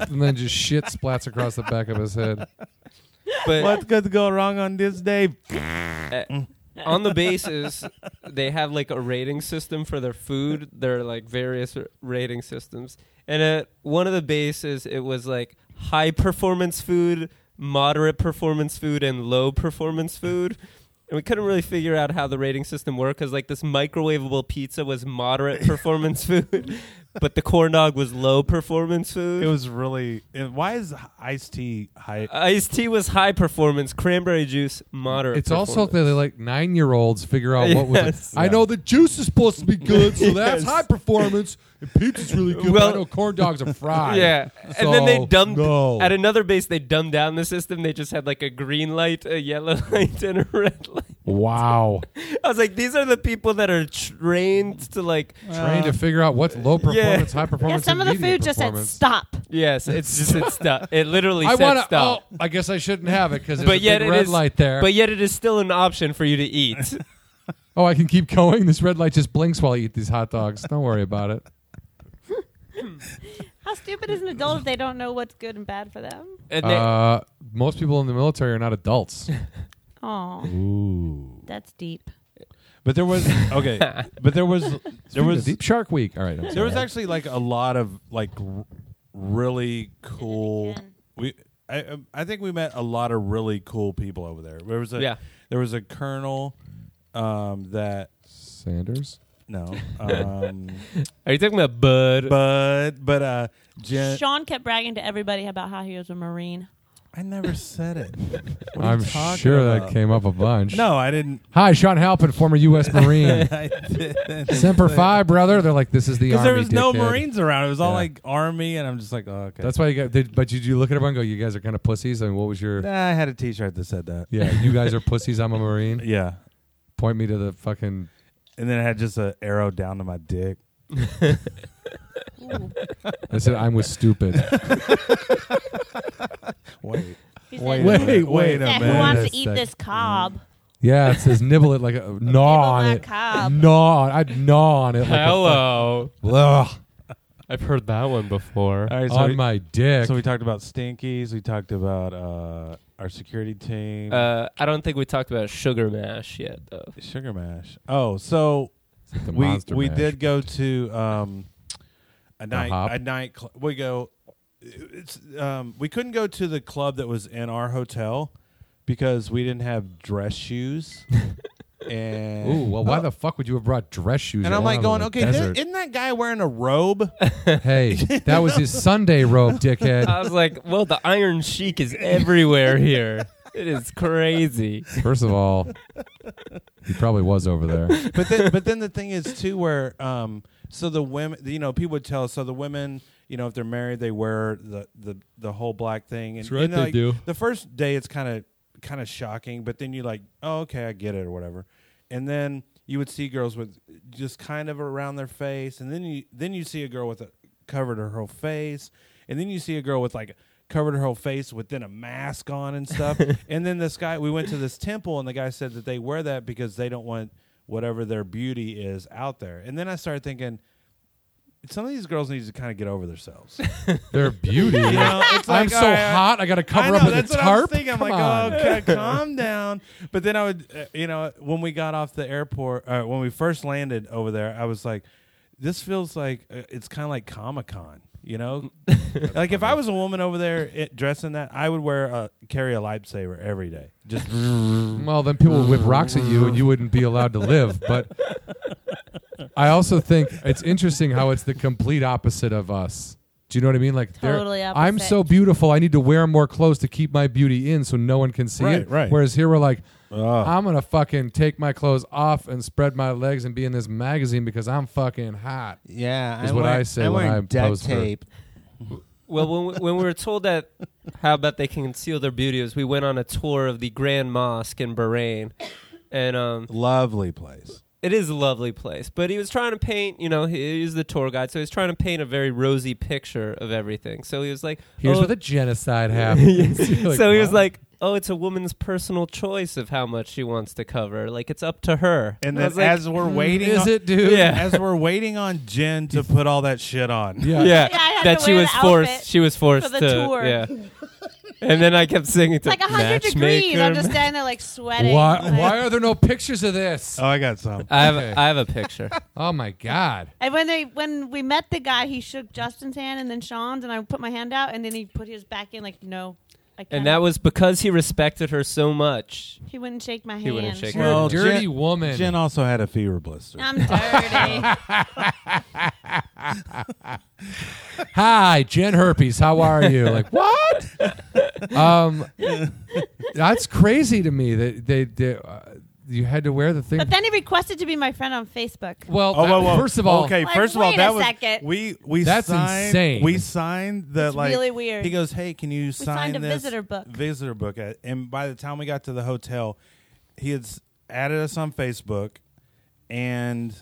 and then just shit splats across the back of his head. [LAUGHS] but What could go wrong on this day?" Mm. on the bases, they have like a rating system for their food. There are like various r- rating systems. And at one of the bases, it was like high performance food, moderate performance food, and low performance food. And we couldn't really figure out how the rating system worked because like this microwavable pizza was moderate performance food, but the corn dog was low performance food. It was really. It, why is iced tea high? Iced tea was high performance. Cranberry juice, moderate. It's also performance. that they like nine year olds figure out what was. Yes. [LAUGHS] I know the juice is supposed to be good, so that's Yes. high performance. And pizza's really good. but Well- I know corn dogs [LAUGHS] are fried. Yeah, and then they So, dumbed no. at another base. They dumbed down the system. They just had like a green light, a yellow [LAUGHS] light, and a red light. Wow. I was like, these are the people that are trained to like. Trying to figure out what's low performance, high Yeah, performance. some of and the medium food just said performance. stop. Yes, it's just it's stuff. It [LAUGHS] literally I said want to. Oh, stop. I guess I shouldn't have [LAUGHS] it because there's But a yet big it red is- light there. But yet, it is still an option for you [LAUGHS] to eat. oh, I can keep going. This red light just blinks while I eat these hot dogs. Don't worry about it. How stupid is an adult if they don't know what's good and bad for them? And they, Uh, most people in the military are not adults. Oh, Ooh. that's deep. But there was okay. but there was there was Deep Shark Week. All right, I'm there was sorry. actually like a lot of like r- really cool. again. We I um, I think we met a lot of really cool people over there. There was a Yeah. there was a colonel um, that Sanders. no um, are you talking about Bud? but but uh Jen Sean kept bragging to everybody about how he was a Marine. I never said it. What are you I'm talking sure about? that came up a bunch. No, I didn't. [LAUGHS] Hi, Sean Halpin, former U.S. Marine. I didn't. Semper Fi, brother. They're like, this is the Because army. there was no dickhead. Marines around. It was all Yeah. like Army, and I'm just like, oh, okay. That's why you got. Did, but did you look at everyone and go, "You guys are kind of pussies." I mean, what was your? Nah, I had a T-shirt that said that. Yeah, you guys are pussies. I'm [LAUGHS] a Marine. Yeah, Point me to the fucking. and then it had just an arrow down to my dick. Ooh. I said I'm with stupid. Wait, He wait, said, wait, minute. wait, a "Yeah, minute. who wants to That's eat like- this cob? Yeah, it says nibble it like a gnaw on that it. cob. Gnaw. on- I'd gnaw on it. Like A Hello, fuck, Ugh, I've heard that one before. all right, so, on we, my dick. so we talked about stinkies. We talked about uh, our security team, Uh, I don't think we talked about sugar mash yet, though. sugar mash. Oh, so The we Monster we Mash. did go to um a night hop? a night cl- we go it's um we couldn't go to the club that was in our hotel because we didn't have dress [LAUGHS] shoes and Ooh, well, why the fuck would you have brought dress shoes? Oh. and I'm like around going, in okay, the there- desert? isn't that guy wearing a robe? hey, that was his Sunday [LAUGHS] robe, I Uh, dickhead. was like, well, the Iron Sheik is everywhere here. It is crazy. First of all, he probably was over there. but then, but then the thing is too, where um, so the women, you know, people would tell us, so the women, you know, if they're married, they wear the the the whole black thing, and That's right, you know, they like, do. The first day, it's kind of kind of shocking, but then you like, oh, okay, I get it, or whatever, and then you would see girls with just kind of around their face, and then you then you see a girl with a covered her whole face, and then you see a girl with like covered her whole face with then a mask on and stuff. [LAUGHS] and then this guy, we went to this temple, and the guy said that they wear that because they don't want whatever their beauty is out there. And then I started thinking, some of these girls need to kind of get over [LAUGHS] themselves. Their beauty. You know, it's I'm like, so all right, hot. I got to cover I know, up with that's a what tarp. I was thinking. I'm Come like, on. oh, [LAUGHS] okay, calm down. But then I would, uh, you know, when we got off the airport, uh, when we first landed over there, I was like, this feels like uh, it's kind of like Comic Con, you [LAUGHS] know? like if I was a woman over there it, dressed in that, I would wear a carry a lightsaber every day. [LAUGHS] Just Well, then people would whip rocks at you and you wouldn't be allowed to live. But I also think it's interesting how it's the complete opposite of us. Do you know what I mean? Like, they're- Totally I'm opposite. so beautiful. I need to wear more clothes to keep my beauty in so no one can see Right, it. right. Whereas here we're like, Ugh. I'm going to fucking take my clothes off and spread my legs and be in this magazine because I'm fucking hot. Yeah, Is I'm what I wearing- say I'm when wearing I duct pose for- tape. Well, when we, when we were told that, how about they can conceal their beauty? As we went on a tour of the Grand Mosque in Bahrain, and um, Lovely place. it is a lovely place. But he was trying to paint, you know, he is the tour guide, so he's trying to paint a very rosy picture of everything. So he was like, Here's oh, where the [LAUGHS] [LAUGHS] genocide happens. [LAUGHS] You're so he was wow. like, "Oh, it's a woman's personal choice of how much she wants to cover. Like it's up to her." And I then was like, as we're waiting, "Is on, it, dude?" Yeah. As we're waiting on Jen to put all that shit on. yeah, yeah, Yeah, I had that to she wear was the forced. outfit She was forced for the to tour. yeah. And then I kept singing to It's like 100 degrees. I'm [LAUGHS] just standing there like sweating. Why, Like- [LAUGHS] why are there no pictures of this? Oh, I got some. I have Okay. I have a [LAUGHS] picture. Oh my god! And when they when we met the guy, he shook Justin's hand and then Sean's, and I put my hand out, and then he put his back in like no, I can't. And that was because he respected her so much. he wouldn't shake my hand. He wouldn't shake You're Well, a dirty Jen- woman. Jen also had a fever blister. [LAUGHS] I'm dirty. Hi, Jen Herpes. How are you? Like [LAUGHS] what? um, that's crazy to me that they, they uh, you had to wear the thing. but then he requested to be my friend on Facebook. well, Oh, that- whoa, whoa. first of all, okay. Like, first of all, wait that a was second. we we That's signed, insane. We signed the It's like really weird. He goes, "Hey, can you sign signed a this visitor book. Visitor book." At, and by the time we got to the hotel, he had s- added us on Facebook, and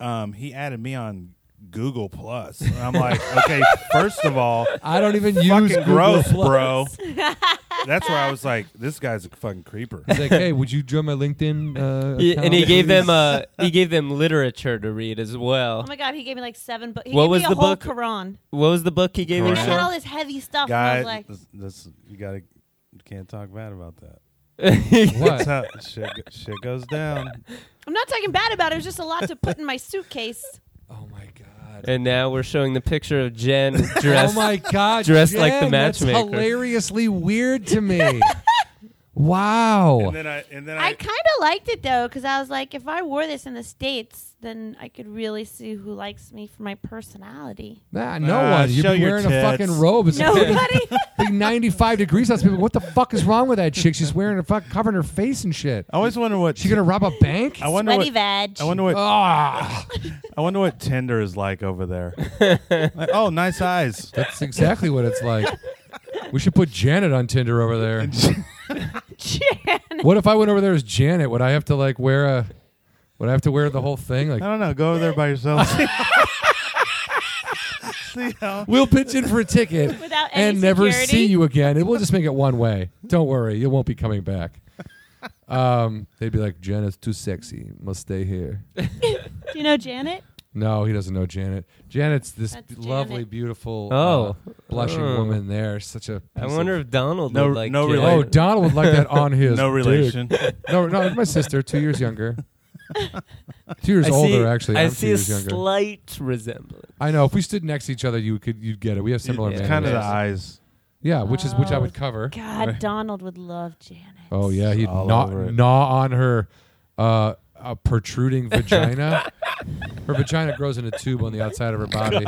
um, he added me on Google Plus. And I'm [LAUGHS] like, okay, first of all, I don't even use fucking Google gross, Plus. bro. [LAUGHS] That's where I was like, this guy's a fucking creeper. He's like, hey, would you join my LinkedIn? Uh, He- account, and he please?" gave them uh he gave them literature to read as well. Oh my god, he gave me like seven books. He What gave was me a the whole book? Quran. What was the book he gave you? And it had all Sean? this heavy stuff. and I Guy, was like, this, this- you gotta can't talk bad about that. [LAUGHS] That's What? how shit, go- shit goes down. I'm not talking bad about it. It was just a lot to put in my suitcase. [LAUGHS] Oh my god. and now we're showing the picture of Jen [LAUGHS] dressed. oh [LAUGHS] my god. dressed like the Jen, that's matchmaker. hilariously weird to [LAUGHS] me. wow. And then I and then I, I kind of liked it though, because I was like, if I wore this in the states, then I could really see who likes me for my [LAUGHS] personality. Nah, no Ah, one. You've show been your wearing a tits. fucking robe. It's Nobody. like 95 degrees outside. People, What the fuck is wrong with that chick? She's wearing a fuck covering her face and shit. I always wonder what She gonna rob a bank? I wonder Sweaty what veg. I wonder what Ah, I wonder what Tinder is like over there. Like, oh, nice [LAUGHS] eyes. that's exactly what it's like. We should put Janet on Tinder over there. What if I went over there as Janet? Would I have to like wear a? Would I have to wear the whole thing? I Like don't know. Go over there by [LAUGHS] yourself. See how we'll pitch in for a ticket [LAUGHS] Without any and never security. see you again. It will just make it one way. Don't worry, you won't be coming [LAUGHS] back. Um, they'd be like, Janet's too sexy. Must stay here. Do you know Janet? No, he doesn't know Janet. Janet's this That's lovely, Janet. beautiful, Oh. uh, blushing Oh. woman. There, such a. I piece wonder of- if Donald No- would like no Jen. oh, Donald would like that [LAUGHS] on his. no dick. relation. No, no, it's my sister, two years younger. Two years [LAUGHS] I see- older, actually. I I'm two see a years younger. slight resemblance. I know. If we stood next to each other, you could you'd get it. We have similar. It's kind of the eyes. mannerisms. Yeah, which is which I Oh. would cover. God, Donald would love Janet. Oh yeah, he'd All gnaw, over it. gnaw on her uh, a protruding vagina. her vagina grows in a tube on the outside of her body.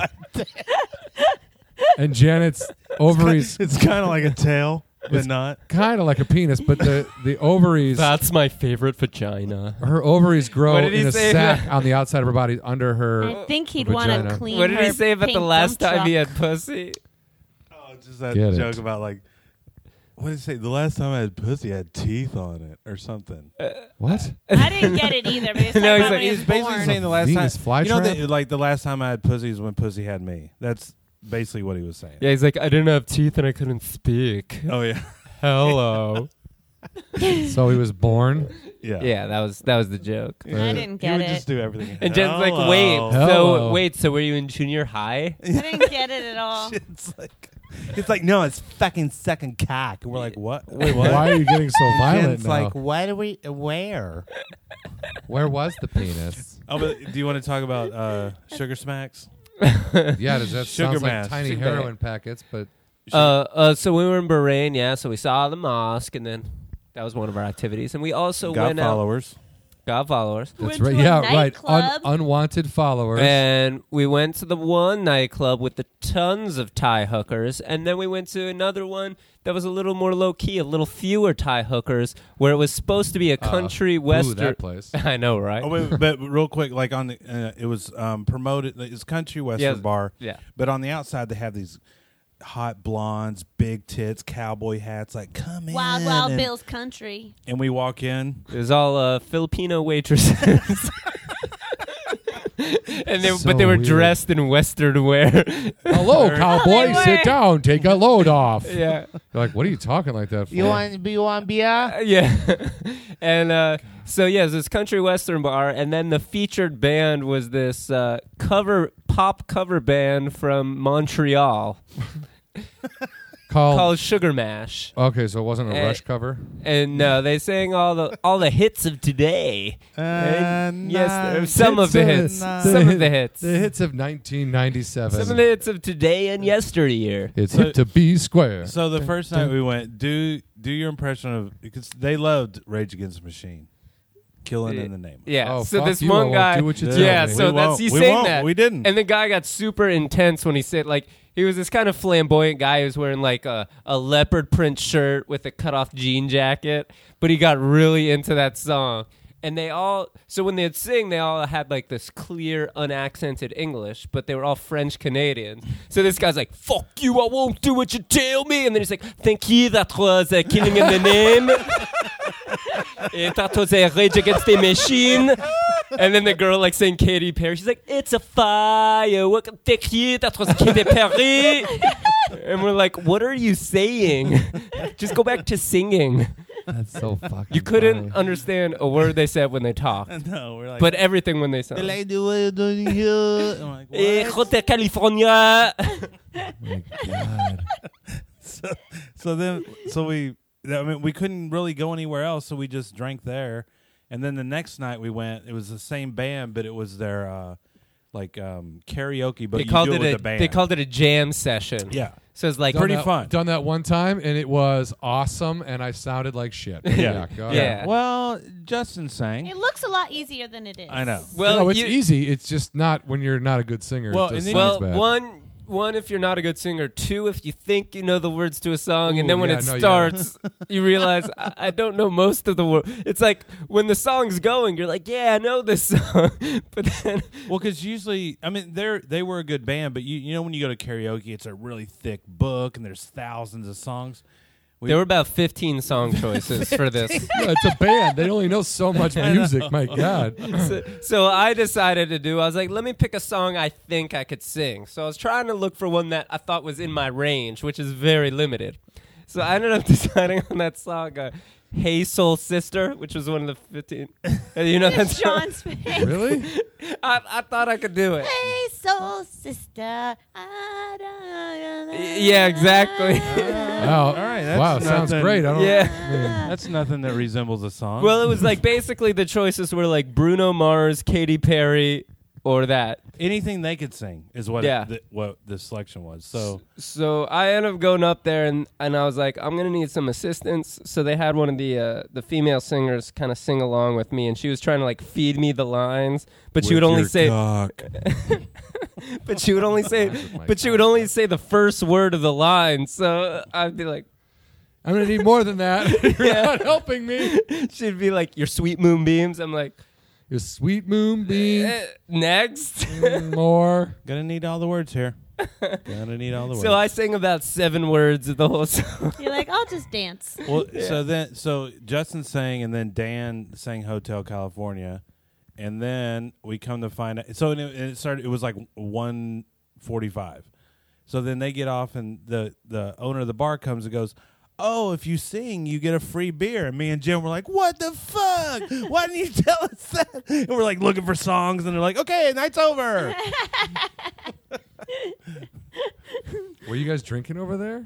And Janet's ovaries [LAUGHS] It's kind of like a tail, but It's- not. kind of like a penis, but the the ovaries That's my favorite vagina. her ovaries grow What did he in a say? sack on the outside of her body under her. [LAUGHS] I think he'd want Vagina. to clean. What did he her say about pink the last dump time he truck. had pussy? Oh, just that Get it. joke about like. What did it say? The last time I had pussy, I had teeth on it or something. What? I didn't get it [LAUGHS] either. But it's like No, he's when like- he was He's basically born. saying the last Venus time. You know, flytrap? the, like the last time I had pussy is when pussy had me. That's basically what he was saying. Yeah, he's like, I didn't have teeth and I couldn't speak. Oh yeah, [LAUGHS] Hello. So he was born. yeah. yeah, that was that was the joke. I didn't He get would it. just do everything. Oh. And Jen's like, Hello. wait, [LAUGHS] Hello. so wait, so were you in junior high? I didn't get it at [LAUGHS] all. It's like, it's like, no, it's fucking second cock. And we're like, what? Wait, Why are you getting so And violent it's now? like, what do we where? Where was the penis? [LAUGHS] Oh, but do you want to talk about uh, sugar smacks? Yeah, does that Sugar sounds like mask. tiny Sugar heroin packets? But Uh, uh, so we were in Bahrain, yeah. So we saw the mosque, and then that was one of our activities. And we also Got went out. followers. Got followers. That's Went right. to a Yeah, right. Un- nightclub. unwanted followers. And we went to the one nightclub with the tons of Thai hookers, and then we went to another one that was a little more low key, a little fewer Thai hookers, where it was supposed to be a country Ooh, western. Uh, that place. [LAUGHS] I know, right? Oh, wait, but real quick, like on the, uh, it was um, promoted. It's country western Yeah, bar. yeah. But on the outside, they have these hot blondes, big tits, cowboy hats. Like, come in, Wild Wild and, Bill's Country. And we walk in. It was all uh, Filipino [LAUGHS] waitresses. [LAUGHS] and they, So but they were weird. dressed in Western wear. [LAUGHS] Hello, cowboy. they were. Sit down. Take a load off. yeah, You're like, what are you talking like that for? You want you want beer? Uh, yeah. [LAUGHS] and uh, so yeah, it was this country western bar, and then the featured band was this uh, cover pop cover band from Montreal Called- called Sugar Mash. Okay, so it wasn't a Eh. rush cover. And no, they sang all the all the hits of today. And yes, there were some of the hits, some of the hits, The some hits of 1997. of the hits of today and yesterday. it's hip to be square. So the first night we went, do do your impression of because they loved Rage Against the Machine, killing in the name. Of. Yeah. Oh, so fuck this you, I one won't guy. do what you Yeah. tell yeah. me. So We that's won't. he's We saying won't. that. We didn't. And the guy got super intense when he said like he was this kind of flamboyant guy who was wearing like a, a leopard print shirt with a cut off jean jacket, but he got really into that song. And they all so when they'd sing, they all had like this clear, unaccented English, but they were all French Canadians. So this guy's like, "Fuck you, I won't do what you tell me," and then he's like, "Thank you, that was uh, killing in [LAUGHS] the name." Eh, that was a Rage Against the Machine. And then the girl like saying Katy Perry, she's like, "It's a firework, take it." That was Katy Perry. and we're like, "What are you saying? Just go back to singing." That's so fucking. You couldn't understand a word they said when they talked, No, Oh, we're like, but everything when they The sang. lady was doing [LAUGHS] you. I'm like, Eh, what? Hotel California. God. so then so we i mean we couldn't really go anywhere else so we just drank there and then the next night we went it was the same band but it was their uh like um karaoke but They you called do it with a the band they called it a jam session. yeah So it's like Done Pretty that- fun. Done that one time, and it was awesome, and I sounded like shit. Yeah. go [LAUGHS] Yeah. ahead. well justin sang It looks a lot easier than it is. i know well, no, it's you- easy. It's just not when you're not a good singer. Well, it just and then- Well, sounds bad. one one if you're not a good singer, two if you think you know the words to a song, Ooh, and then when yeah, it no, yeah. [LAUGHS] starts, you realize I, I don't know most of the words. It's like when the song's going, you're like, yeah, I know this song, [LAUGHS] but then well because usually i mean they're they were a good band but you you know when you go to karaoke it's a really thick book and there's thousands of songs we, there were about 15 song choices [LAUGHS] for this. Yeah, it's a band. They only know so [LAUGHS] much music. My God. So, so I decided to do. I was like, let me pick a song I think I could sing. So I was trying to look for one that I thought was in my range, which is very limited. So I ended up [LAUGHS] deciding on that song, uh, "Hey Soul Sister," which was one of the fifteen. [LAUGHS] uh, you know that It's song. John's [LAUGHS] face. Really? I, I thought I could do it. Hey, soul sister. Ah, da, da, da. Yeah, exactly. Wow. all right that's wow. Sounds nothing- great. I don't. Yeah. that's nothing that resembles a song Well, it was like basically the choices were like Bruno Mars, Katy Perry, or that. anything they could sing is what Yeah. it, th- what the selection was so So I ended up going up there and, and I was like, I'm gonna need some assistance. So they had one of the uh, the female singers kind of sing along with me, and she was trying to like feed me the lines, but she would only say, [LAUGHS] but she would only say, but she would only say the first word of the line. So I'd be like, [LAUGHS] I'm gonna need more than that. [LAUGHS] You're not helping me. she'd be like, your sweet moonbeams. I'm like, Your sweet moonbeam. eh, [LAUGHS] next. More. Gonna need all the words here. Gonna need all the words. so I sang about seven words of the whole song. [LAUGHS] You're like, I'll just dance. well, so then so Justin sang and then Dan sang Hotel California, and then we come to find out. So and it, and it started. It was like one forty-five. So then they get off, and the the owner of the bar comes and goes. Oh, if you sing, you get a free beer. And me and Jim were like, "What the fuck? Why didn't you [LAUGHS] tell us that?" And we're like looking for songs, and they're like, "Okay, night's over." Were you guys drinking over there?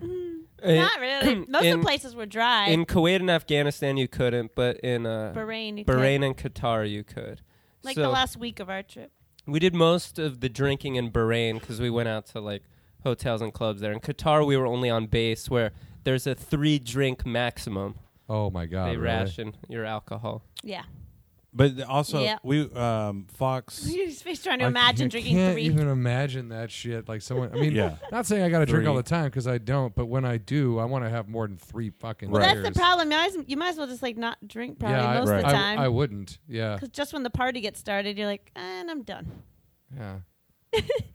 Not [CLEARS THROAT] really. Most of in- the places were dry. [LAUGHS] in Kuwait and Afghanistan you couldn't, but in uh, Bahrain. you Bahrain could. and Qatar you could. Like so the last week of our trip. we did most of the drinking in Bahrain because we went out to like hotels and clubs there. In Qatar we were only on base where there's a three drink maximum. Oh my God. they really? ration your alcohol. Yeah. But also, Yeah. we um, Fox. He's trying to I imagine can't- drinking can't three. even imagine that shit. Like someone, I mean, Yeah. not saying I got to drink all Three. the time because I don't, but when I do, I want to have more than three fucking. Well, That's beers. the problem. You might, as- you might as well just like not drink probably yeah, most I, of Right. the time. I, I wouldn't. [LAUGHS] Yeah, Because just when the party gets started, you're like, "Eh, and I'm done. yeah.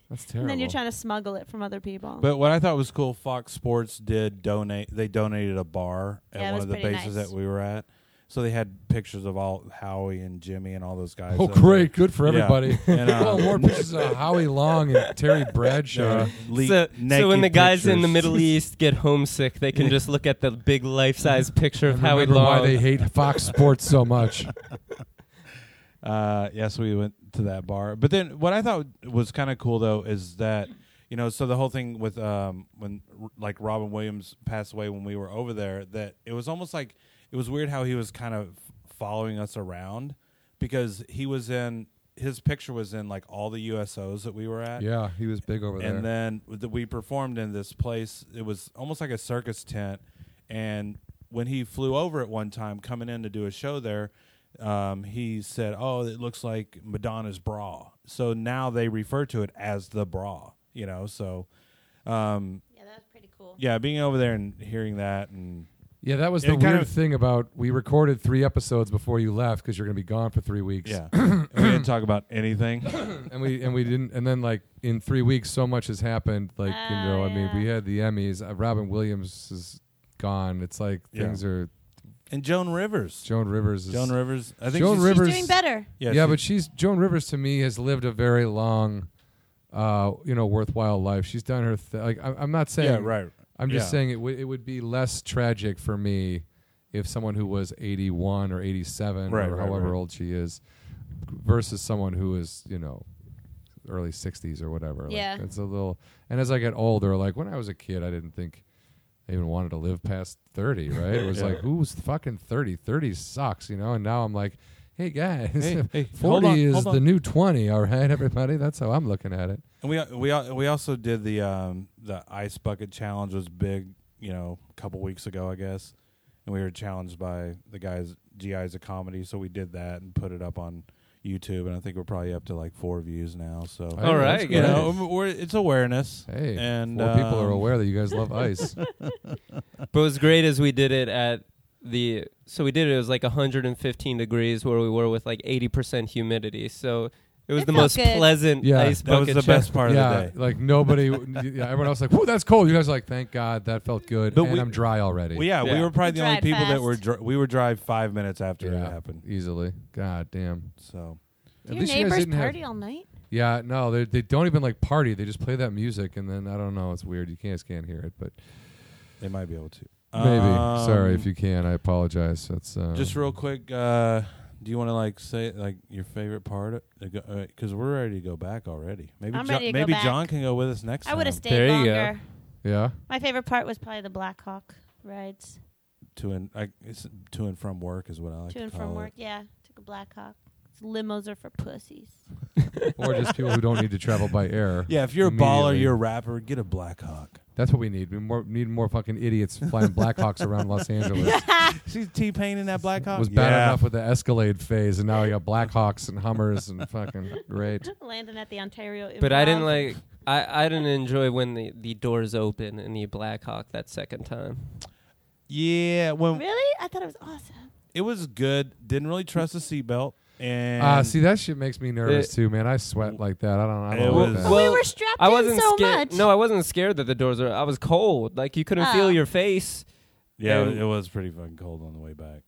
That's terrible. And then you're trying to smuggle it from other people. But what I thought was cool, Fox Sports did donate. They donated a bar at Yeah, it one was of the pretty bases nice. that we were at. So they had pictures of all Howie and Jimmy and all those guys. Oh, that were- great! Good for [LAUGHS] Yeah. everybody. And, uh, well, more pictures of Howie Long and Terry Bradshaw. uh, leaked so, so naked when the guys in the pictures. [LAUGHS] Middle East get homesick, they can just look at the [LAUGHS] big life-size picture of And Howie remember Long. why they hate Fox Sports so much. Uh, yes, we went to that bar. But then what I thought was kind of cool though is that you know, so the whole thing with um when r- like Robin Williams passed away when we were over there, that it was almost like it was weird how he was kind of following us around because he was in his picture was in like all the USOs that we were at. Yeah, he was big over there. And then th- we performed in this place. It was almost like a circus tent. And when he flew over at one time, coming in to do a show there, um, he said, "Oh, it looks like Madonna's bra." So now they refer to it as the bra. You know, so um, yeah, that was pretty cool. yeah, being over there and hearing that, and yeah, that was it the kind weird of- thing about we recorded three episodes before you left because you're going to be gone for three weeks. [COUGHS] yeah, we didn't talk about anything. [LAUGHS] and we and we didn't and then like in three weeks so much has happened like you Oh, know i mean yeah. we had the emmys uh, robin williams is gone it's like Yeah. things are And Joan Rivers, joan rivers is Joan Rivers, I think Joan she's- Rivers- She's doing better. Yeah, yeah she- but she's joan rivers to me has lived a very long uh you know worthwhile life she's done her th- like I, i'm not saying yeah, right. i'm just Yeah. saying it, would it would be less tragic for me if someone who was 81 or 87 Right, or right, however right. old she is versus someone who is you know early 60s or whatever Like, Yeah. it's a little and as i get older like when i was a kid i didn't think i even wanted to live past [LAUGHS] 30 right it was Yeah. like who's fucking 30 30 sucks you know and now i'm like hey guys [LAUGHS] Hey, hey, 40 hold on, is hold the on. new 20 all right [LAUGHS] everybody that's how i'm looking at it And we we al- we also did the um the ice bucket challenge was big, you know, a couple weeks ago, I guess. And we were challenged by the guys GIs of comedy, so we did that and put it up on YouTube and I think we're probably up to like 4 views now, so All All Hey, right, that's you guys. know, we're, it's awareness. hey and four people are um, aware that you guys [LAUGHS] love ice But what's great is we did it at the so we did it, it was like 115 degrees where we were with like 80% humidity. So it was That the sounds most good. pleasant Yeah. ice That was bucket. the challenge. best part yeah, of the day. like nobody, yeah, everyone else like, "Whoa, that's cold." You guys are like, "Thank God, that felt good." But and we- I'm dry already. Well, yeah, we Yeah. were probably the only Dried people that fast. were dri- we were drive 5 minutes after it Yeah, happened. easily. God damn. So At Your least you guys neighbors didn't have- party all night? Yeah, no, they they don't even like party. They just play that music, and then I don't know. It's weird. You can't just can't hear it, but they might be able to. maybe. Um, Sorry if you can. I apologize. That's uh, Just real quick, uh, do you want to like say like your favorite part? uh, Because we're ready to go back already. Maybe I'm Jo- ready to go maybe back. John can go with us next. I would have time stayed There you go. longer. yeah. My favorite part was probably the Black Hawk rides to and I, it's to and from work is what I like to to and call from it. work. Yeah, took a Black Hawk. Limos are for pussies. or just people who don't need to [LAUGHS] travel by air. Yeah, if you're a baller, Immediately. you're a rapper. Get a Black Hawk. That's what we need. We more, need more fucking idiots flying Blackhawks [LAUGHS] around Los Angeles. [LAUGHS] See T Pain in that Black Hawk Was bad enough with the Escalade phase, and now you got Blackhawks and Hummers and fucking great. Landing at the Ontario. But I didn't Improv. like I, I didn't enjoy when the, the doors open in the Black Hawk that second time. Yeah, when Really? I thought it was awesome. it was good. Didn't really trust the seatbelt. And Ah, see that shit makes me nervous It- too, man. I sweat like that. I don't. I It don't like was- that. But we Well, were strapped I wasn't in so scared. much. No, I wasn't scared that the doors were. I was cold. Like you couldn't Oh. feel your face. yeah, and- it was pretty fucking cold on the way back.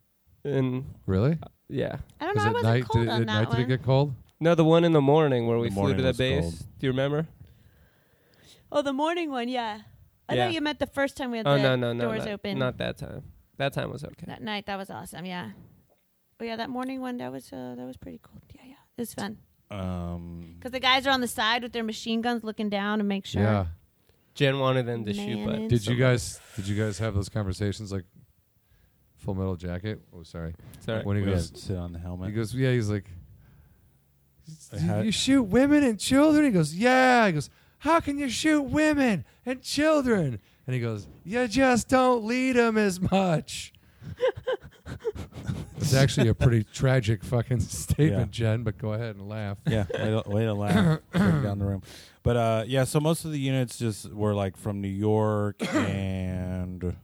And Really? yeah, I don't know. Was I it wasn't night? cold Did it, on at that night one. did it get cold? no, the one in the morning where we The flew morning to the was base. cold. Do you remember? Oh, the morning one, yeah. I Yeah. thought you meant the first time we had oh the no no no doors not, open. not that time. That time was okay. that night. That was awesome. Yeah. Oh yeah, that morning one. That was uh, that was pretty cool. Yeah, yeah, it was fun Um, because the guys are on the side with their machine guns, looking down to make sure. Yeah. Jen wanted them to shoot, Man but in Did you guys? Did you guys have those conversations like Full Metal Jacket? Oh, sorry. Sorry. When we he had goes, to sit on the helmet. he goes, yeah. He's like, I you, had- you shoot women and children. He goes, yeah. He goes, how can you shoot women and children? And he goes, you just don't lead them as much. It's actually [LAUGHS] a pretty tragic fucking statement, Yeah. Jen. But go ahead and laugh. yeah, way to, way to [COUGHS] laugh Bring down the room. But uh, yeah, so most of the units just were like from New [COUGHS] York and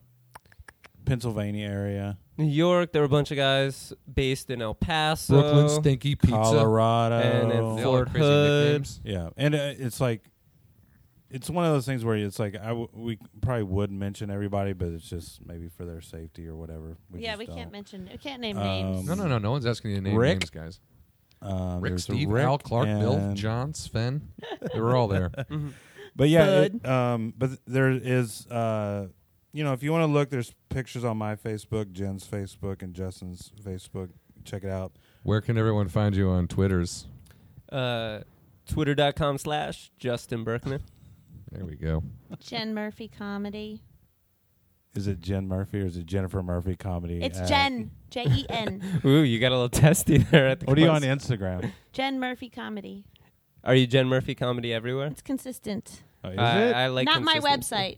Pennsylvania area, New York, there were a bunch of guys based in El Paso, Brooklyn stinky pizza. Colorado, and They in all have Fort crazy Hood. nicknames. yeah, and uh, it's like it's one of those things where it's like I w- we probably would mention everybody, but it's just maybe for their safety or whatever. yeah, just we can't don't. mention. We can't name Um, names. No, no, no. No one's asking you to name Rick? names, guys. Um, Rick, there's a Steve, Rick Al, Clark, Bill, and- John, Sven. They were [LAUGHS] all there. But yeah, it, um, but th- there is, uh, you know, if you want to look, there's pictures on my Facebook, Jen's Facebook, and Justin's Facebook. Check it out. Where can everyone find you on Twitters? Uh, Twitter.com slash Justin Berkman. There we go. Jen Murphy comedy. Is it Jen Murphy or is it Jennifer Murphy comedy? It's at- Jen. J E N. Ooh, you got a little testy [LAUGHS] there at the What are you on close. Instagram? Jen Murphy comedy. Are you Jen Murphy comedy everywhere? It's consistent. [LAUGHS] Oh, is I, it? Uh, I like Not my website, consistency.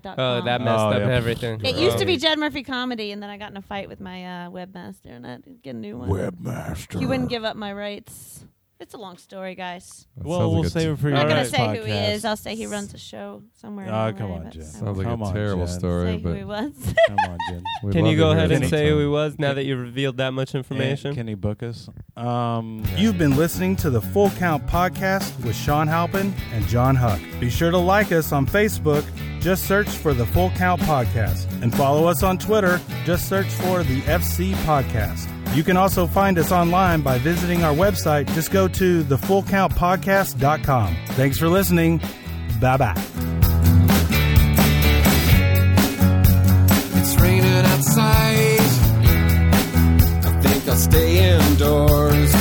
jenmurphylive.com. Oh, that messed Oh, up yeah. Oh, everything. It used to be Jen Murphy comedy, and then I got in a fight with my uh, webmaster, and I had to get a new one. Webmaster. He wouldn't give up my rights. It's a long story, guys. That sounds Well, like we'll a save it for I'm your not gonna next say who he podcast. is. I'll say he runs a show somewhere. Ah, in LA, come on, but Jen. I Sounds won't Sounds like Come a on, terrible Jen. say story, who he but was. [LAUGHS] Come on, Jen. we'd Can love to you go hear ahead and that say who he sometime. was now that you revealed that much Can, information? can he book us? Um, You've been listening to the Full Count Podcast with Sean Halpin and John Huck. Be sure to like us on Facebook. Just search for the Full Count Podcast and follow us on Twitter. Just search for the FC Podcast. You can also find us online by visiting our website. Just go to thefullcountpodcast.com. Thanks for listening. Bye bye. It's raining outside. I think I'll stay indoors.